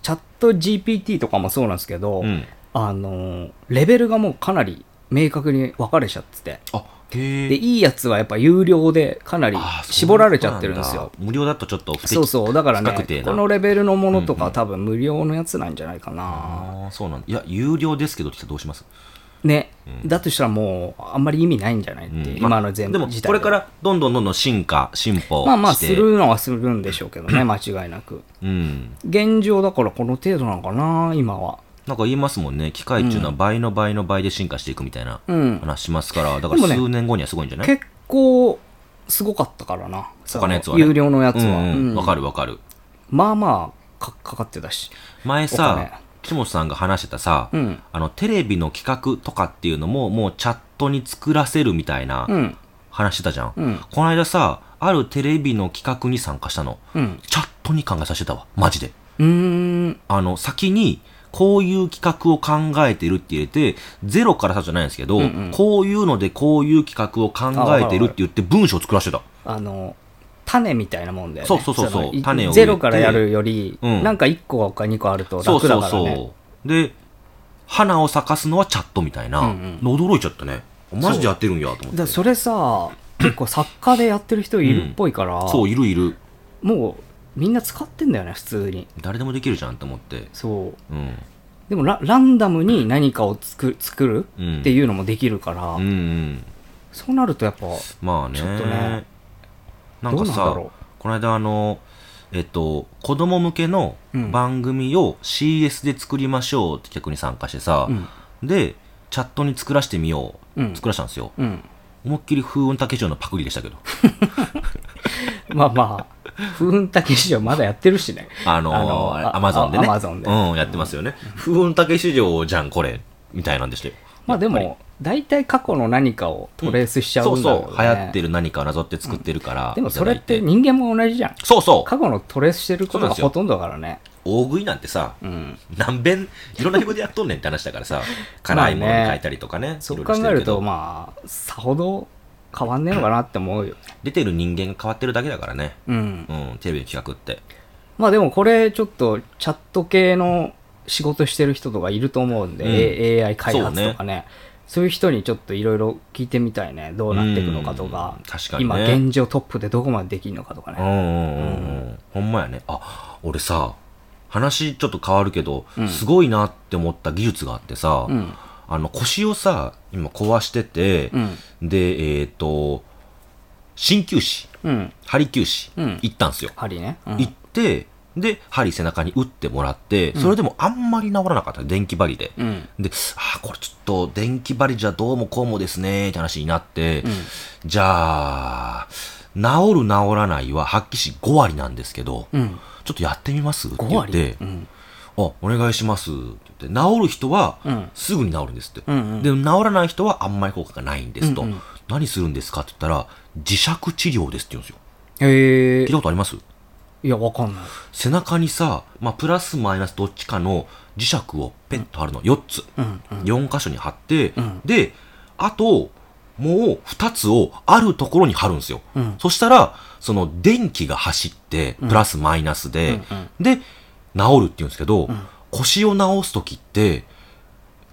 Speaker 1: チャット GPT とかもそうなんですけど、
Speaker 2: うん。
Speaker 1: あのレベルがもうかなり明確に分かれちゃってて
Speaker 2: あ、へえ。
Speaker 1: で、いいやつはやっぱ有料でかなり
Speaker 2: あー
Speaker 1: 絞られちゃってるんですよ。。
Speaker 2: そういうことなんだ無料だとちょっと不適
Speaker 1: そうそう、だから
Speaker 2: 不確定
Speaker 1: ね、
Speaker 2: な
Speaker 1: このレベルのものと
Speaker 2: うん
Speaker 1: か
Speaker 2: うん
Speaker 1: 多分無料のやつなんじゃないかな。
Speaker 2: ああ、そうなんだ。いや、有料ですけどって来たらどうします、
Speaker 1: ね、
Speaker 2: うん
Speaker 1: だとしたらもうあんまり意味ないんじゃないっ
Speaker 2: う
Speaker 1: て
Speaker 2: ん
Speaker 1: いう、
Speaker 2: まあ
Speaker 1: 今の全
Speaker 2: で
Speaker 1: 部
Speaker 2: も、
Speaker 1: 自体
Speaker 2: これからどんどんどんどん進化、進歩して。
Speaker 1: まあまあするのはするんでしょうけど
Speaker 2: <laughs>
Speaker 1: ね、間違いなく。
Speaker 2: うん。
Speaker 1: 現状だからこの程度なのかな、今は。
Speaker 2: なんか言いますもんね。機械っていうのは倍の倍の倍で進化していくみたいな
Speaker 1: うん
Speaker 2: 話しますから、だか
Speaker 1: でも
Speaker 2: ら
Speaker 1: ね
Speaker 2: 数年後にはすごいんじゃない
Speaker 1: 結構すごかったからな、
Speaker 2: 他のやつは
Speaker 1: その
Speaker 2: ね
Speaker 1: 有料のやつ
Speaker 2: う
Speaker 1: は。う
Speaker 2: んうんん。わかるわかる。
Speaker 1: まあまあかかかってたし。
Speaker 2: 前
Speaker 1: お金
Speaker 2: さ、岸本さんが話してたさ、
Speaker 1: うん
Speaker 2: あの、テレビの企画とかっていうのも、もうチャットに作らせるみたいな
Speaker 1: うん、
Speaker 2: 話してたじゃん。
Speaker 1: うん
Speaker 2: この間さ、あるテレビの企画に参加したの。
Speaker 1: うん。
Speaker 2: チャットに考えさせてたわ。マジで。
Speaker 1: うーん、
Speaker 2: あの、先に、こういう企画を考えてるって入れて、ゼロからさじゃないんですけど、
Speaker 1: うんうん
Speaker 2: こういうのでこういう企画を考えてるって言って文章を作らせてた。
Speaker 1: あの種みたいなもんだよね
Speaker 2: そうそうそうそう
Speaker 1: のい
Speaker 2: 種を入れて
Speaker 1: ゼロからやるより、
Speaker 2: うん
Speaker 1: なんか1個か2個あると
Speaker 2: そう
Speaker 1: 楽
Speaker 2: そ
Speaker 1: だ
Speaker 2: う
Speaker 1: からね
Speaker 2: そう。で、花を咲かすのはチャットみたいな。
Speaker 1: うんうん
Speaker 2: の驚いちゃったね。マジでやってるんやと思っ
Speaker 1: だから
Speaker 2: て。
Speaker 1: それさ結構作家でやってる人いるっぽいから、
Speaker 2: そう、いるいる。
Speaker 1: もうみんな使ってんだよね普通に
Speaker 2: 誰でもできるじゃんと思って。
Speaker 1: そう
Speaker 2: うん。
Speaker 1: でもラランダムに何かを作作る
Speaker 2: うん
Speaker 1: っていうのもできるから、
Speaker 2: うんうん。
Speaker 1: そうなるとやっぱ、
Speaker 2: まあね
Speaker 1: ちょっとね
Speaker 2: な
Speaker 1: どう
Speaker 2: んか
Speaker 1: なんだ
Speaker 2: さ
Speaker 1: ろ
Speaker 2: この間あのえっと子供向けの
Speaker 1: うん
Speaker 2: 番組を CS で作りましょうって企画に参加してさ、
Speaker 1: うん
Speaker 2: でチャットに作らせてみよう、
Speaker 1: うん
Speaker 2: 作らしたんですよ
Speaker 1: うん。
Speaker 2: 思いっきり風雲竹城のパクリで
Speaker 1: <laughs>
Speaker 2: したけど
Speaker 1: まあまあ、風雲竹市場まだやってるしね。
Speaker 2: あの
Speaker 1: あのあ
Speaker 2: アマゾンでね
Speaker 1: あ Amazon で
Speaker 2: うん、やってますよね、風雲竹城じゃんこれみたいなんでしたよ
Speaker 1: まあで
Speaker 2: やっぱ
Speaker 1: も、大体過去の何かをトレースしちゃ
Speaker 2: りそううん
Speaker 1: だろう、ね
Speaker 2: そう流行ってる何かをなぞって作ってるから、
Speaker 1: でもそれっ
Speaker 2: い
Speaker 1: て
Speaker 2: ただい
Speaker 1: 人間も同じじゃん。
Speaker 2: そうそう
Speaker 1: 過去のトレースしてることが
Speaker 2: そうなんですよ
Speaker 1: ほとんどだからね。
Speaker 2: 大食いなんてさ、
Speaker 1: うん。
Speaker 2: 何遍いろんな曲でやっとんねんって話だか
Speaker 1: <laughs>
Speaker 2: らさ辛いものに変えたりとかね
Speaker 1: そう
Speaker 2: い
Speaker 1: 考
Speaker 2: ろいろして
Speaker 1: える
Speaker 2: けど
Speaker 1: と、まあ、さほど変わんねえのかなって思うよね。
Speaker 2: 出てる人間が変わってるだけだからね
Speaker 1: うん。
Speaker 2: うんテレビの企画って
Speaker 1: まあでもこれ、ちょっとチャット系の仕事してる人とかいると思うんで、
Speaker 2: うん
Speaker 1: A- AI 開発とかね。そういう人にちょっといろいろ聞いてみたいね。どうなっていくのかとか
Speaker 2: うん、確かに
Speaker 1: 今
Speaker 2: ね
Speaker 1: 現状トップでどこまでできるのかとか
Speaker 2: う
Speaker 1: ね。
Speaker 2: んうんうんうんほんまやねあ俺さ話ちょっと変わるけど、すごいなって思った技術があってさ、
Speaker 1: うん。
Speaker 2: あの腰をさ今壊してて、
Speaker 1: うん。
Speaker 2: でえっ、と鍼灸師
Speaker 1: うん。
Speaker 2: 針灸師、
Speaker 1: うん
Speaker 2: 行ったんすよ、
Speaker 1: 針ね。うん
Speaker 2: 行ってで針背中に打ってもらってそれでもあんまり治らなかった電気針で、
Speaker 1: うん。
Speaker 2: で、ああ、これちょっと電気針じゃどうもこうもですね、って話になって、じゃあ、治る治らないは発揮し5割なんですけど、
Speaker 1: うん。
Speaker 2: ちょっとやってみますって
Speaker 1: 5
Speaker 2: 言っ
Speaker 1: 割
Speaker 2: て、
Speaker 1: うん。
Speaker 2: あ、お願いしますって言って、治る人は
Speaker 1: うん
Speaker 2: すぐに治るんですって。
Speaker 1: うんうん
Speaker 2: で、治らない人はあんまり効果がないんですと。
Speaker 1: うんうん
Speaker 2: 何するんですかって言ったら、磁石治療ですって言うんですよ。
Speaker 1: え
Speaker 2: 聞い
Speaker 1: ー
Speaker 2: たことあります
Speaker 1: いや、わかんない。
Speaker 2: 背中にさ、まあ、プラスマイナスどっちかの磁石をペッと貼るの4つ、4箇所に貼って、であともう2つをあるところに貼るんですよ、
Speaker 1: うん
Speaker 2: そしたらその電気が走ってプラスマイナスで、で治るって言うんですけど、腰を治す時って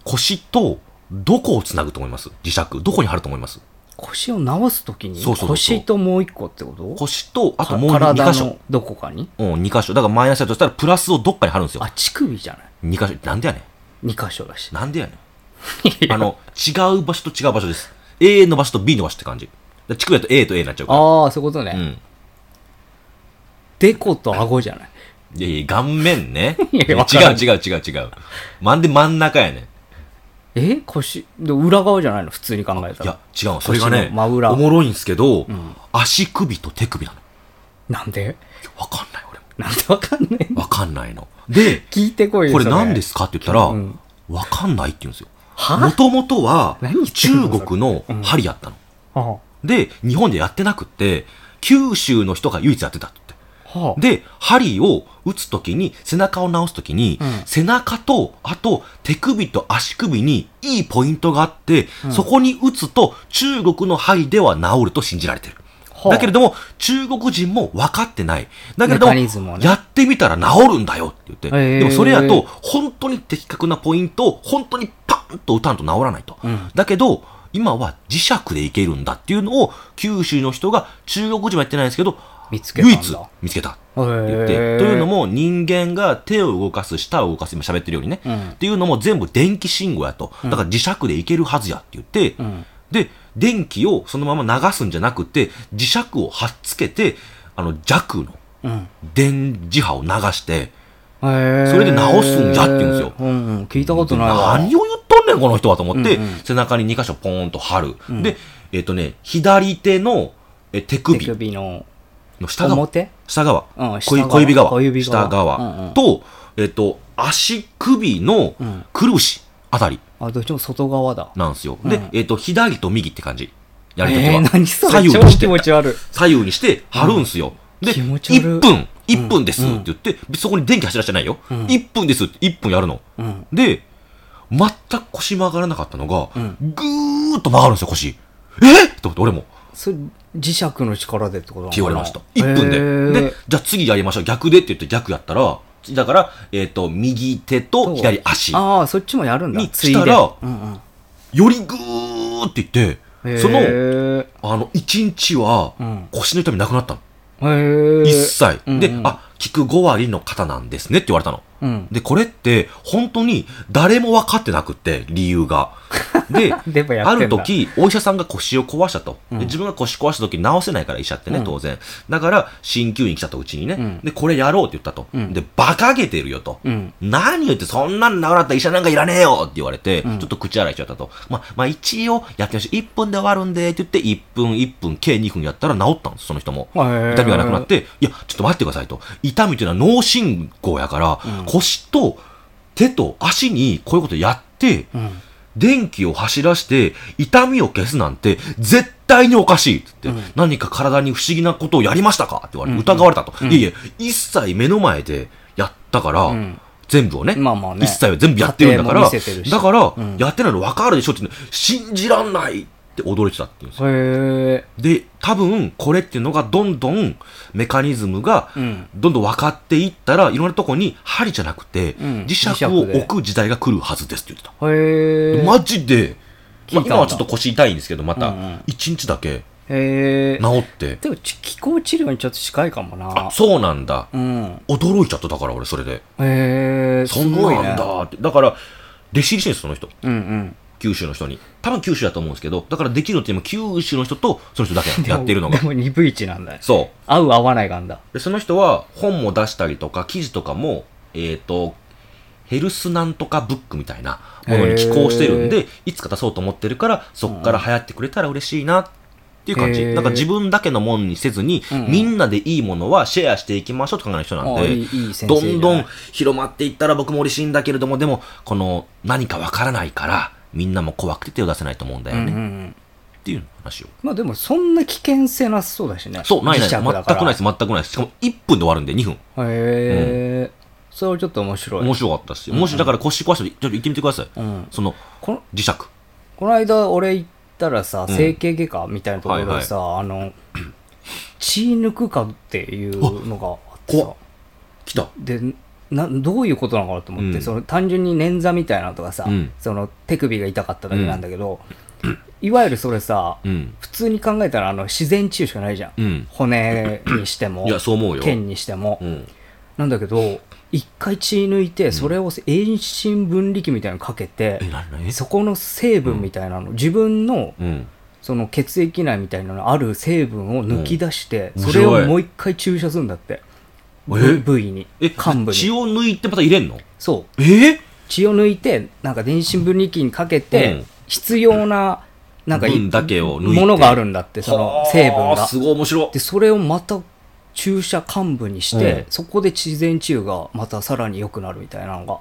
Speaker 2: 腰とどこをつなぐと思います磁石どこに貼ると思います
Speaker 1: 腰を治すときに
Speaker 2: そうそうそうそう
Speaker 1: 腰ともう一個ってこと
Speaker 2: 腰とあともう
Speaker 1: か
Speaker 2: 2
Speaker 1: 体
Speaker 2: 箇所
Speaker 1: のどこかに
Speaker 2: うん、2箇所。だからマイナスだとしたらプラスをどっかに貼るんですよ
Speaker 1: あ、。乳首じゃない
Speaker 2: 2箇所。なんでやねん。
Speaker 1: ?2 箇所だし。
Speaker 2: なんでやね
Speaker 1: い
Speaker 2: ん。あの、違う場所と違う場所です。A の場所と B の場所って感じ。だ地区だと A と A になっちゃうか
Speaker 1: ああ、そういうことね。
Speaker 2: ら。うん。
Speaker 1: デコと顎じゃない
Speaker 2: いやいや、顔面ね。
Speaker 1: <laughs> いや
Speaker 2: 違う
Speaker 1: わからん
Speaker 2: 違う違う違う。まんで真ん中やねん。
Speaker 1: え腰で裏側じゃないの普通に考えた
Speaker 2: いや
Speaker 1: ら。、
Speaker 2: 違うの。それがね
Speaker 1: 腰、の真裏
Speaker 2: おもろいんすけど、足首と手首なの。
Speaker 1: なんで
Speaker 2: わかんない、俺も。
Speaker 1: なんでわかんねえ
Speaker 2: わかんないの。で、
Speaker 1: 聞いてこいよ。
Speaker 2: これ何ですすかって言ったら、
Speaker 1: うん
Speaker 2: わかんないって言うんですよ。
Speaker 1: は
Speaker 2: もともとは
Speaker 1: 何言っ、てんの
Speaker 2: 中国の針やったの。
Speaker 1: かは
Speaker 2: で、日本でやってなくって、九州の人が唯一やってたって言って。
Speaker 1: あ。はあ。
Speaker 2: で、針を打つときに、背中を直すときに、
Speaker 1: うん
Speaker 2: 背中と、あと、手首と足首にいいポイントがあって、そこに打つと、中国の針では治ると信じられてる。
Speaker 1: はあ
Speaker 2: だけれども、中国人も分かってない。だけれど
Speaker 1: メカニズムを
Speaker 2: も、
Speaker 1: ね
Speaker 2: やってみたら治るんだよって言って。
Speaker 1: へえ
Speaker 2: でもそれやと、本当に的確なポイントを、本当にパンと打たんと治らないと。
Speaker 1: うん
Speaker 2: だけど、今は磁石でいけるんだっていうのを、九州の人が中国人もやってないんですけど、
Speaker 1: 見つけたん
Speaker 2: 唯
Speaker 1: だ。
Speaker 2: 一見つけたって言
Speaker 1: へ
Speaker 2: って、
Speaker 1: え
Speaker 2: というの、も人間が手を動かす舌を動かす今喋ってるようにね、
Speaker 1: うん
Speaker 2: っていうのも全部電気信号やとだから磁石でいけるはずやって言って、
Speaker 1: ん
Speaker 2: で電気をそのまま流すんじゃなくて磁石をはっつけてあの弱の
Speaker 1: うん。
Speaker 2: 電磁波を流して
Speaker 1: へえ
Speaker 2: それで直すんじゃって言うんですよ
Speaker 1: うんうん。聞いたことないわ。
Speaker 2: 何を言っとんねんこの人はと思って、
Speaker 1: うんうん
Speaker 2: 背中に2箇所ポーンと貼る、でえっ、とね左手のえ手首
Speaker 1: 手首の
Speaker 2: の下側
Speaker 1: 表
Speaker 2: 下側、
Speaker 1: うん
Speaker 2: 小
Speaker 1: 下側
Speaker 2: 指小指側
Speaker 1: 小指側
Speaker 2: 下側、
Speaker 1: うんうん
Speaker 2: と、えっと、足首の
Speaker 1: ん
Speaker 2: くるぶしあたり
Speaker 1: あ、どっちも外側だ。
Speaker 2: なんですよ、
Speaker 1: う
Speaker 2: で
Speaker 1: ん、
Speaker 2: えっと、左と右って感じやるときは、
Speaker 1: えー、何それ
Speaker 2: 左右
Speaker 1: 超
Speaker 2: にし
Speaker 1: 気
Speaker 2: て
Speaker 1: 持ち悪い。
Speaker 2: 左右にして貼るんすよ、で
Speaker 1: 気持ち悪い
Speaker 2: 1分1分ですって言って、そこに電気走らせてないよ、1分ですって1分やるの、
Speaker 1: うん。
Speaker 2: で全く腰曲がらなかったのが、
Speaker 1: ん
Speaker 2: ぐーっと曲がるんですよ腰えっと思って俺も
Speaker 1: それ、磁石の力でってことなのかな
Speaker 2: って言われました。1分
Speaker 1: へー
Speaker 2: で。で、じゃあ次やりましょう。逆でって言って逆やったら、だから、えっ、と、右手と左足。よ
Speaker 1: ああ、そっちもやるんだ。
Speaker 2: に
Speaker 1: ついで
Speaker 2: したら
Speaker 1: うん
Speaker 2: りぐーって言っ
Speaker 1: うん、
Speaker 2: て、そ
Speaker 1: へ
Speaker 2: の、
Speaker 1: ー
Speaker 2: あの、1日は
Speaker 1: うん
Speaker 2: 腰の痛みなくなったの。
Speaker 1: へー
Speaker 2: 一切。
Speaker 1: うんうん
Speaker 2: で、あ、聞く5割の方なんですねって言われたの。
Speaker 1: うん。 <laughs>
Speaker 2: で、これって、本当に誰も分かってなくって、理由が。で、
Speaker 1: でもやってんだ
Speaker 2: ある時、お医者さんが腰を壊したと。で自分が腰壊した時治せないから医者ってね、当然。だから、鍼灸院来たとうちにね、で、これやろうって言ったと。で、馬鹿げてるよと。
Speaker 1: ん
Speaker 2: 何言って、そんなん治らったら医者なんかいらねえよって言われて、ちょっと口洗いしちゃったと。まあ、まあ、一応やってほしい。1分で終わるんで、って言って、1分、1分、計2分やったら治ったんです、その人も。
Speaker 1: へー
Speaker 2: 痛みがなくなって、いや、ちょっと待ってくださいと。痛みというのは脳信号やから、腰と手と足にこういうことやって、
Speaker 1: ん
Speaker 2: 電気を走らして痛みを消すなんて絶対におかしいって言って、何か体に不思議なことをやりましたかって言われて、疑われたと、いやいや、一切目の前でやったから、
Speaker 1: ん
Speaker 2: 全部をね
Speaker 1: まあまあね
Speaker 2: 一切は全部やってるんだから、
Speaker 1: 過程も見せてるし
Speaker 2: だから、
Speaker 1: うん
Speaker 2: やってないの分かるでしょって言うの信じらんないって驚いてたって言うんですよ。
Speaker 1: へえ。
Speaker 2: で、多分、これっていうのがどんどんメカニズムが
Speaker 1: うん。
Speaker 2: どんどん分かっていったら、いろんなとこに針じゃなくて、
Speaker 1: うん
Speaker 2: 磁石を
Speaker 1: 磁石で
Speaker 2: 置く時代が来るはずですって言ってた。
Speaker 1: へえ。
Speaker 2: マジで、
Speaker 1: 聞いたん、
Speaker 2: まあ
Speaker 1: だ
Speaker 2: 今はちょっと腰痛いんですけど、ま
Speaker 1: う
Speaker 2: た
Speaker 1: んうん
Speaker 2: 1日だけ
Speaker 1: へえ。
Speaker 2: 治って、
Speaker 1: でも、ち気候治療にちょっと近いかもな。
Speaker 2: あ、そうなんだ。
Speaker 1: うん。
Speaker 2: 驚いちゃった、だから俺、それで。
Speaker 1: へえ。
Speaker 2: そ
Speaker 1: す
Speaker 2: ん
Speaker 1: ごい
Speaker 2: な
Speaker 1: ね
Speaker 2: ん。だって。だから、弟子入りしてるんです、その人。
Speaker 1: うんうん。
Speaker 2: 九州の人に。多分九州だと思うんですけど、だからできるのって今、九州の人とその人だけなんですやってるのが
Speaker 1: <laughs> で。も、鈍い位置なんだよ。
Speaker 2: そう。
Speaker 1: 合う合わないがあんだ。
Speaker 2: で、その人は本も出したりとか、記事とかも、えっ、と、ヘルスなんとかブックみたいなものに寄稿してるんで、いつか出そうと思ってるから、そっから流行ってくれたら嬉しいなっていう感じ。
Speaker 1: へー
Speaker 2: なんか自分だけのもんにせずに、
Speaker 1: うんうん
Speaker 2: みんなでいいものはシェアしていきましょうと考える人なん
Speaker 1: あいいい
Speaker 2: で、
Speaker 1: い先生
Speaker 2: ど
Speaker 1: じゃない
Speaker 2: んどん広まっていったら僕も嬉しいんだけれども、でも、この何かわからないから、みんなも怖くて手を出せないと思うんだよ
Speaker 1: うんう
Speaker 2: ね、
Speaker 1: んう
Speaker 2: っ
Speaker 1: ん。
Speaker 2: ていう話を。
Speaker 1: まあでも、そんな危険性なさそうだしね。
Speaker 2: そう、ないない。
Speaker 1: 磁
Speaker 2: 全
Speaker 1: 石
Speaker 2: く
Speaker 1: だから
Speaker 2: ないです、全くないです。しかも1分で終わるんで、2分。
Speaker 1: へえ、それちょっと面白い。
Speaker 2: 面白かったし、もしだから腰壊したら、ちょっと行ってみてください。
Speaker 1: うん、
Speaker 2: その、
Speaker 1: この
Speaker 2: 磁石。
Speaker 1: この間俺行ったらさ
Speaker 2: うん
Speaker 1: 整形外科みたいなところでさ、あの血抜くかっていうのがあってさ
Speaker 2: 怖っ来た。
Speaker 1: でなどういうことなのかなと思って、
Speaker 2: うん
Speaker 1: その単純に捻挫みたいなのとかさ、
Speaker 2: うん
Speaker 1: その手首が痛かっただけなんだけど、いわゆるそれさ、
Speaker 2: うん。
Speaker 1: 普通に考えたらあの自然治癒しかないじゃん、
Speaker 2: うん
Speaker 1: 骨にしても
Speaker 2: いや、そう思うよ。
Speaker 1: 腱にしても、
Speaker 2: うん。
Speaker 1: なんだけど一回血抜いてそれを遠心分離器みたいなのかけて、
Speaker 2: え、なになに
Speaker 1: そこの成分みたいなの、自分の
Speaker 2: うん。
Speaker 1: その血液内みたいなのある成分を抜き出して、
Speaker 2: うん
Speaker 1: それ
Speaker 2: 面白
Speaker 1: を
Speaker 2: い
Speaker 1: もう一回注射するんだって、
Speaker 2: え
Speaker 1: 部位に
Speaker 2: え、
Speaker 1: 幹部
Speaker 2: 血
Speaker 1: に
Speaker 2: を抜いてまた入れんの
Speaker 1: そう
Speaker 2: えー
Speaker 1: 血を抜いてなんか電子分離器にかけて、
Speaker 2: うん
Speaker 1: 必要ななんかい
Speaker 2: 分だけを抜いて
Speaker 1: ものがあるんだってその
Speaker 2: はあ
Speaker 1: 成分が
Speaker 2: すごい面白い
Speaker 1: で。それをまた注射幹部にして、
Speaker 2: うん
Speaker 1: そこで自然治癒がまたさらに良くなるみたいなのが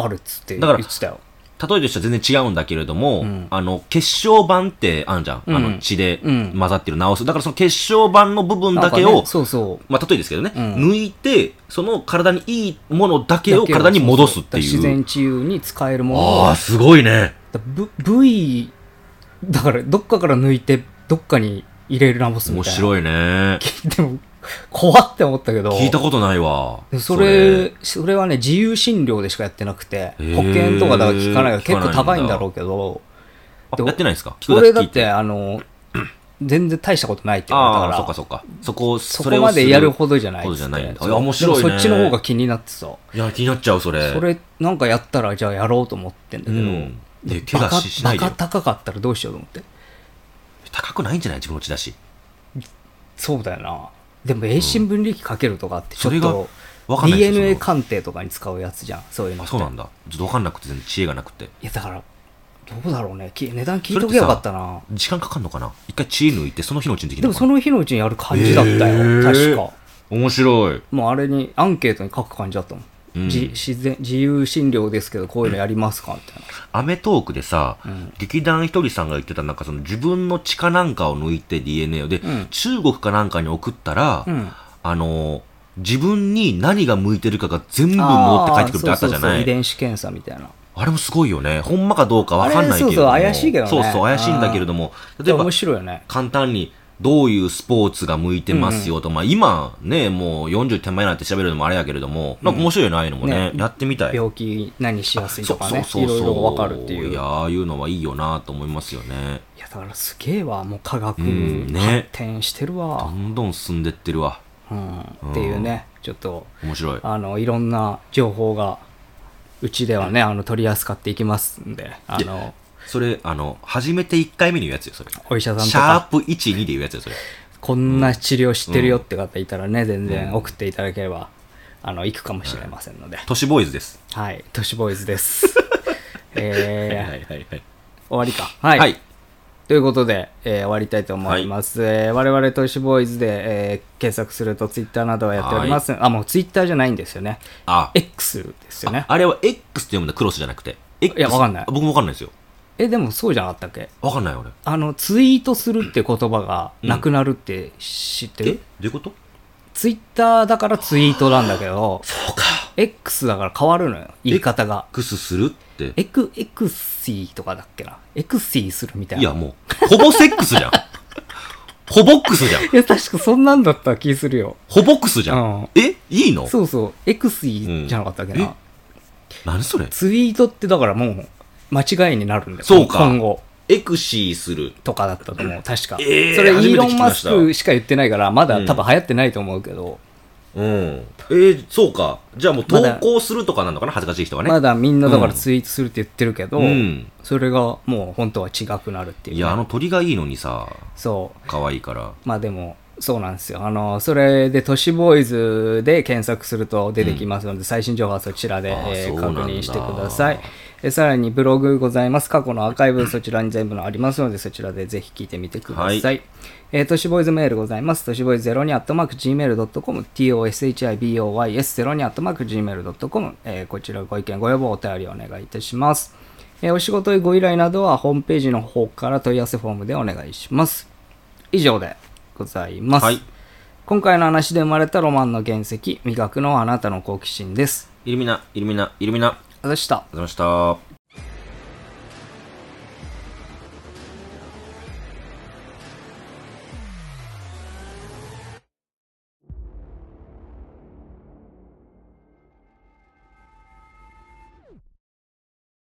Speaker 1: あるっつって
Speaker 2: だ
Speaker 1: 言
Speaker 2: から
Speaker 1: ってたよ
Speaker 2: 例えとしては全然違うんだけれども、
Speaker 1: うん
Speaker 2: あの、結晶板ってあるじゃん。
Speaker 1: うん
Speaker 2: あの、血で
Speaker 1: うん
Speaker 2: 混ざってる直す。だからその結晶板の部分だ
Speaker 1: な
Speaker 2: け
Speaker 1: んか
Speaker 2: を、
Speaker 1: ねそうそう
Speaker 2: まあ、例えですけどね、
Speaker 1: うん
Speaker 2: 抜いて、その体にいいものだけ
Speaker 1: だ
Speaker 2: を
Speaker 1: けを
Speaker 2: 体に戻すっていう。
Speaker 1: そうそうだから自然治癒に使えるものを
Speaker 2: ああ、すごいね。
Speaker 1: だ部部位だからどっかから抜いてどっかに入れる直すみ
Speaker 2: 面
Speaker 1: たいな面
Speaker 2: 白いね。
Speaker 1: 白いでも怖って思ったけど
Speaker 2: 聞いたことないわ。
Speaker 1: それそれはね自由診療でしかやってなくて
Speaker 2: へー
Speaker 1: 保険とかだから聞かないから
Speaker 2: 聞
Speaker 1: 結
Speaker 2: かないんだ
Speaker 1: 構高いんだろうけど
Speaker 2: あやってないんですか聞く
Speaker 1: 俺
Speaker 2: け
Speaker 1: だ
Speaker 2: 聞い
Speaker 1: ってあの全然大したことないって言わ
Speaker 2: あ
Speaker 1: れ
Speaker 2: あ、
Speaker 1: た
Speaker 2: そっ
Speaker 1: か
Speaker 2: からそっか。そこ、
Speaker 1: そ
Speaker 2: そ
Speaker 1: こ
Speaker 2: れを
Speaker 1: ますでやるほどじゃない
Speaker 2: こ
Speaker 1: っ
Speaker 2: とじ
Speaker 1: つ
Speaker 2: ゃ
Speaker 1: っ
Speaker 2: ないん
Speaker 1: て
Speaker 2: だ。い
Speaker 1: そ
Speaker 2: や、
Speaker 1: う
Speaker 2: 面白い
Speaker 1: で
Speaker 2: ね。
Speaker 1: もそっちの方が気になってさ
Speaker 2: いや、気になっちゃう、それ。
Speaker 1: それなんかやったらじゃあやろうと思ってんだ
Speaker 2: う
Speaker 1: けど、
Speaker 2: ん。で、怪
Speaker 1: バ
Speaker 2: 我
Speaker 1: カ
Speaker 2: ししな
Speaker 1: バ
Speaker 2: いで
Speaker 1: カ
Speaker 2: よ。
Speaker 1: 高かったらどうしようと思って
Speaker 2: 高くないんじゃない自分の血だし。
Speaker 1: そうだよな。でも、遠心分離器かけるとかって、ちょっ
Speaker 2: それが
Speaker 1: と、
Speaker 2: わかんないですよ
Speaker 1: DNA
Speaker 2: その
Speaker 1: 鑑定とかに使うやつじゃん、そういうのっ
Speaker 2: あ、
Speaker 1: て。
Speaker 2: そうなんだ。ちょっとわかんなくて、全然知恵がなくて。
Speaker 1: いや、だから、どうだろうね。き値段聞いとけばよかったな。
Speaker 2: 時間かかんのかな一回血抜いて、その日のうちにでき
Speaker 1: でも、
Speaker 2: るのか
Speaker 1: そ
Speaker 2: な
Speaker 1: の日のうちにやる感じだったよ、確か。
Speaker 2: 面白い。
Speaker 1: もう、あれに、アンケートに書く感じだったもん。
Speaker 2: うん
Speaker 1: じ自然自由診療ですけど、こういうのやりますかみたいな。
Speaker 2: アメトークでさ、
Speaker 1: ん
Speaker 2: 劇団ひとりさんが言ってた、なんかその自分の血かなんかを抜いて DNA をで、
Speaker 1: うん
Speaker 2: 中国かなんかに送ったら、
Speaker 1: うん
Speaker 2: あの、自分に何が向いてるかが全部戻って帰ってくるってあったじ
Speaker 1: そ
Speaker 2: ゃ
Speaker 1: うそう
Speaker 2: な
Speaker 1: そう
Speaker 2: い
Speaker 1: 遺伝子検査みたいな。
Speaker 2: あれもすごいよね。ほんまかどうかわかんないけれども。
Speaker 1: あれそうそう怪しいけどね
Speaker 2: そうそう、怪しいんだけれども。例えば
Speaker 1: 面、白いよね。
Speaker 2: 簡単に、どういうスポーツが向いてますよと、まあ今ね、もう40手前なんて喋るのもあれやけれども、なんか面白いよね、ああいうのもね
Speaker 1: ね。
Speaker 2: やってみたい。
Speaker 1: 病気何しやすいとかね、
Speaker 2: そう
Speaker 1: い
Speaker 2: そう
Speaker 1: ろ
Speaker 2: そ
Speaker 1: い
Speaker 2: うそう
Speaker 1: ろわかるっていう。
Speaker 2: いや、ああいうのはいいよなと思いますよね。
Speaker 1: いやだからすげえわもう科学
Speaker 2: うんね
Speaker 1: 発展してる
Speaker 2: ど
Speaker 1: わ、
Speaker 2: んどん進んでってるわ。
Speaker 1: うんっていうねちょっと
Speaker 2: 面白い。
Speaker 1: あのいろんな情報がうちではねあの取り扱っていきますんであの
Speaker 2: それ、あの、初めて1回目に言うやつよ、それ。
Speaker 1: お医者さんと
Speaker 2: シャー
Speaker 1: か、
Speaker 2: プ1、2で言うやつよ、それ。
Speaker 1: こんな治療してるよって方いたらね、全然送っていただければ、あの、行くかもしれませんので。
Speaker 2: 都市ボーイズです。
Speaker 1: はい、都市ボーイズ
Speaker 2: <laughs>
Speaker 1: です。
Speaker 2: はい
Speaker 1: え
Speaker 2: は
Speaker 1: ー、
Speaker 2: いはいはい。
Speaker 1: 終わりか。はい。
Speaker 2: はい。
Speaker 1: ということで、えー終わりたいと思います。えー我々都市ボーイズで、えー検索するとツイッターなどはやっております。あ、もうツイッターじゃないんですよね。
Speaker 2: あ、
Speaker 1: X ですよね。
Speaker 2: あれは X って読むんだ、クロスじゃなくて。X
Speaker 1: いやわかんない
Speaker 2: 僕もわかんないですよ。
Speaker 1: え、でもそうじゃなかったっけ
Speaker 2: わかんない、俺。
Speaker 1: あの、ツイートするって言葉がなくなるって知って
Speaker 2: え
Speaker 1: る、
Speaker 2: どういうこと
Speaker 1: ツイッターだからツイートなんだけ
Speaker 2: <laughs>
Speaker 1: ど、
Speaker 2: そうか。
Speaker 1: X だから変わるのよ、言い方が。
Speaker 2: X するって。
Speaker 1: エク、エクシーとかだっけなエクシーするみたい
Speaker 2: い
Speaker 1: な。
Speaker 2: や、もう、ほぼセックスじゃん。ほぼックスじゃん。
Speaker 1: いや、確かそんなんだった気するよ。
Speaker 2: ほぼックスじゃ
Speaker 1: うん
Speaker 2: ん。えいいの
Speaker 1: そうそう、エクシーじゃなかったっけな、
Speaker 2: うんえ何それ
Speaker 1: ツイートってだからもう間違いになるんだよ。
Speaker 2: そうか
Speaker 1: 今後
Speaker 2: エクシーする。
Speaker 1: とかだったと思う、確か。
Speaker 2: えー
Speaker 1: それイ
Speaker 2: 初
Speaker 1: ー
Speaker 2: めて
Speaker 1: ロ
Speaker 2: 聞
Speaker 1: ン・
Speaker 2: き
Speaker 1: マ
Speaker 2: ました
Speaker 1: スクしか言ってないから、まだ多分流行ってないと思うけど、
Speaker 2: うん。えーそうか。じゃあもう
Speaker 1: ま
Speaker 2: 投
Speaker 1: だ
Speaker 2: 稿するとかなのかな恥ずかしい人はね。
Speaker 1: まだみんなだから
Speaker 2: うん
Speaker 1: ツイートするって言ってるけど、
Speaker 2: うん
Speaker 1: それがもう本当は違くなるっていう、
Speaker 2: いや、あの鳥がいいのにさ、
Speaker 1: そう。
Speaker 2: 可愛いから。
Speaker 1: まあでも、そうなんですよ。あの、それで、都市ボーイズで検索すると出てきますので、最新情報はそちらで、
Speaker 2: あー
Speaker 1: えー
Speaker 2: そうな
Speaker 1: 確
Speaker 2: んだ
Speaker 1: 認してください。えさらにブログございます。過去のアーカイブそちらに全部のありますので、そちらでぜひ聞いてみてください。
Speaker 2: は
Speaker 1: えー、都市ボーイズメールございます。都市ボーイズ0にアットマーク Gmail.com、toshiboys0 にアットマーク Gmail.com、えーこちらご意見、ご要望、お便りお願いいたします。えーお仕事へご依頼などはホームページの方から問い合わせフォームでお願いします。以上でございます。
Speaker 2: はい
Speaker 1: 今回の話で生まれたロマンの原石、磨くのはあなたの好奇心です。
Speaker 2: イルミナ、イルミナ、イルミナ。ありがと
Speaker 1: ありがとうございました。
Speaker 2: うございました。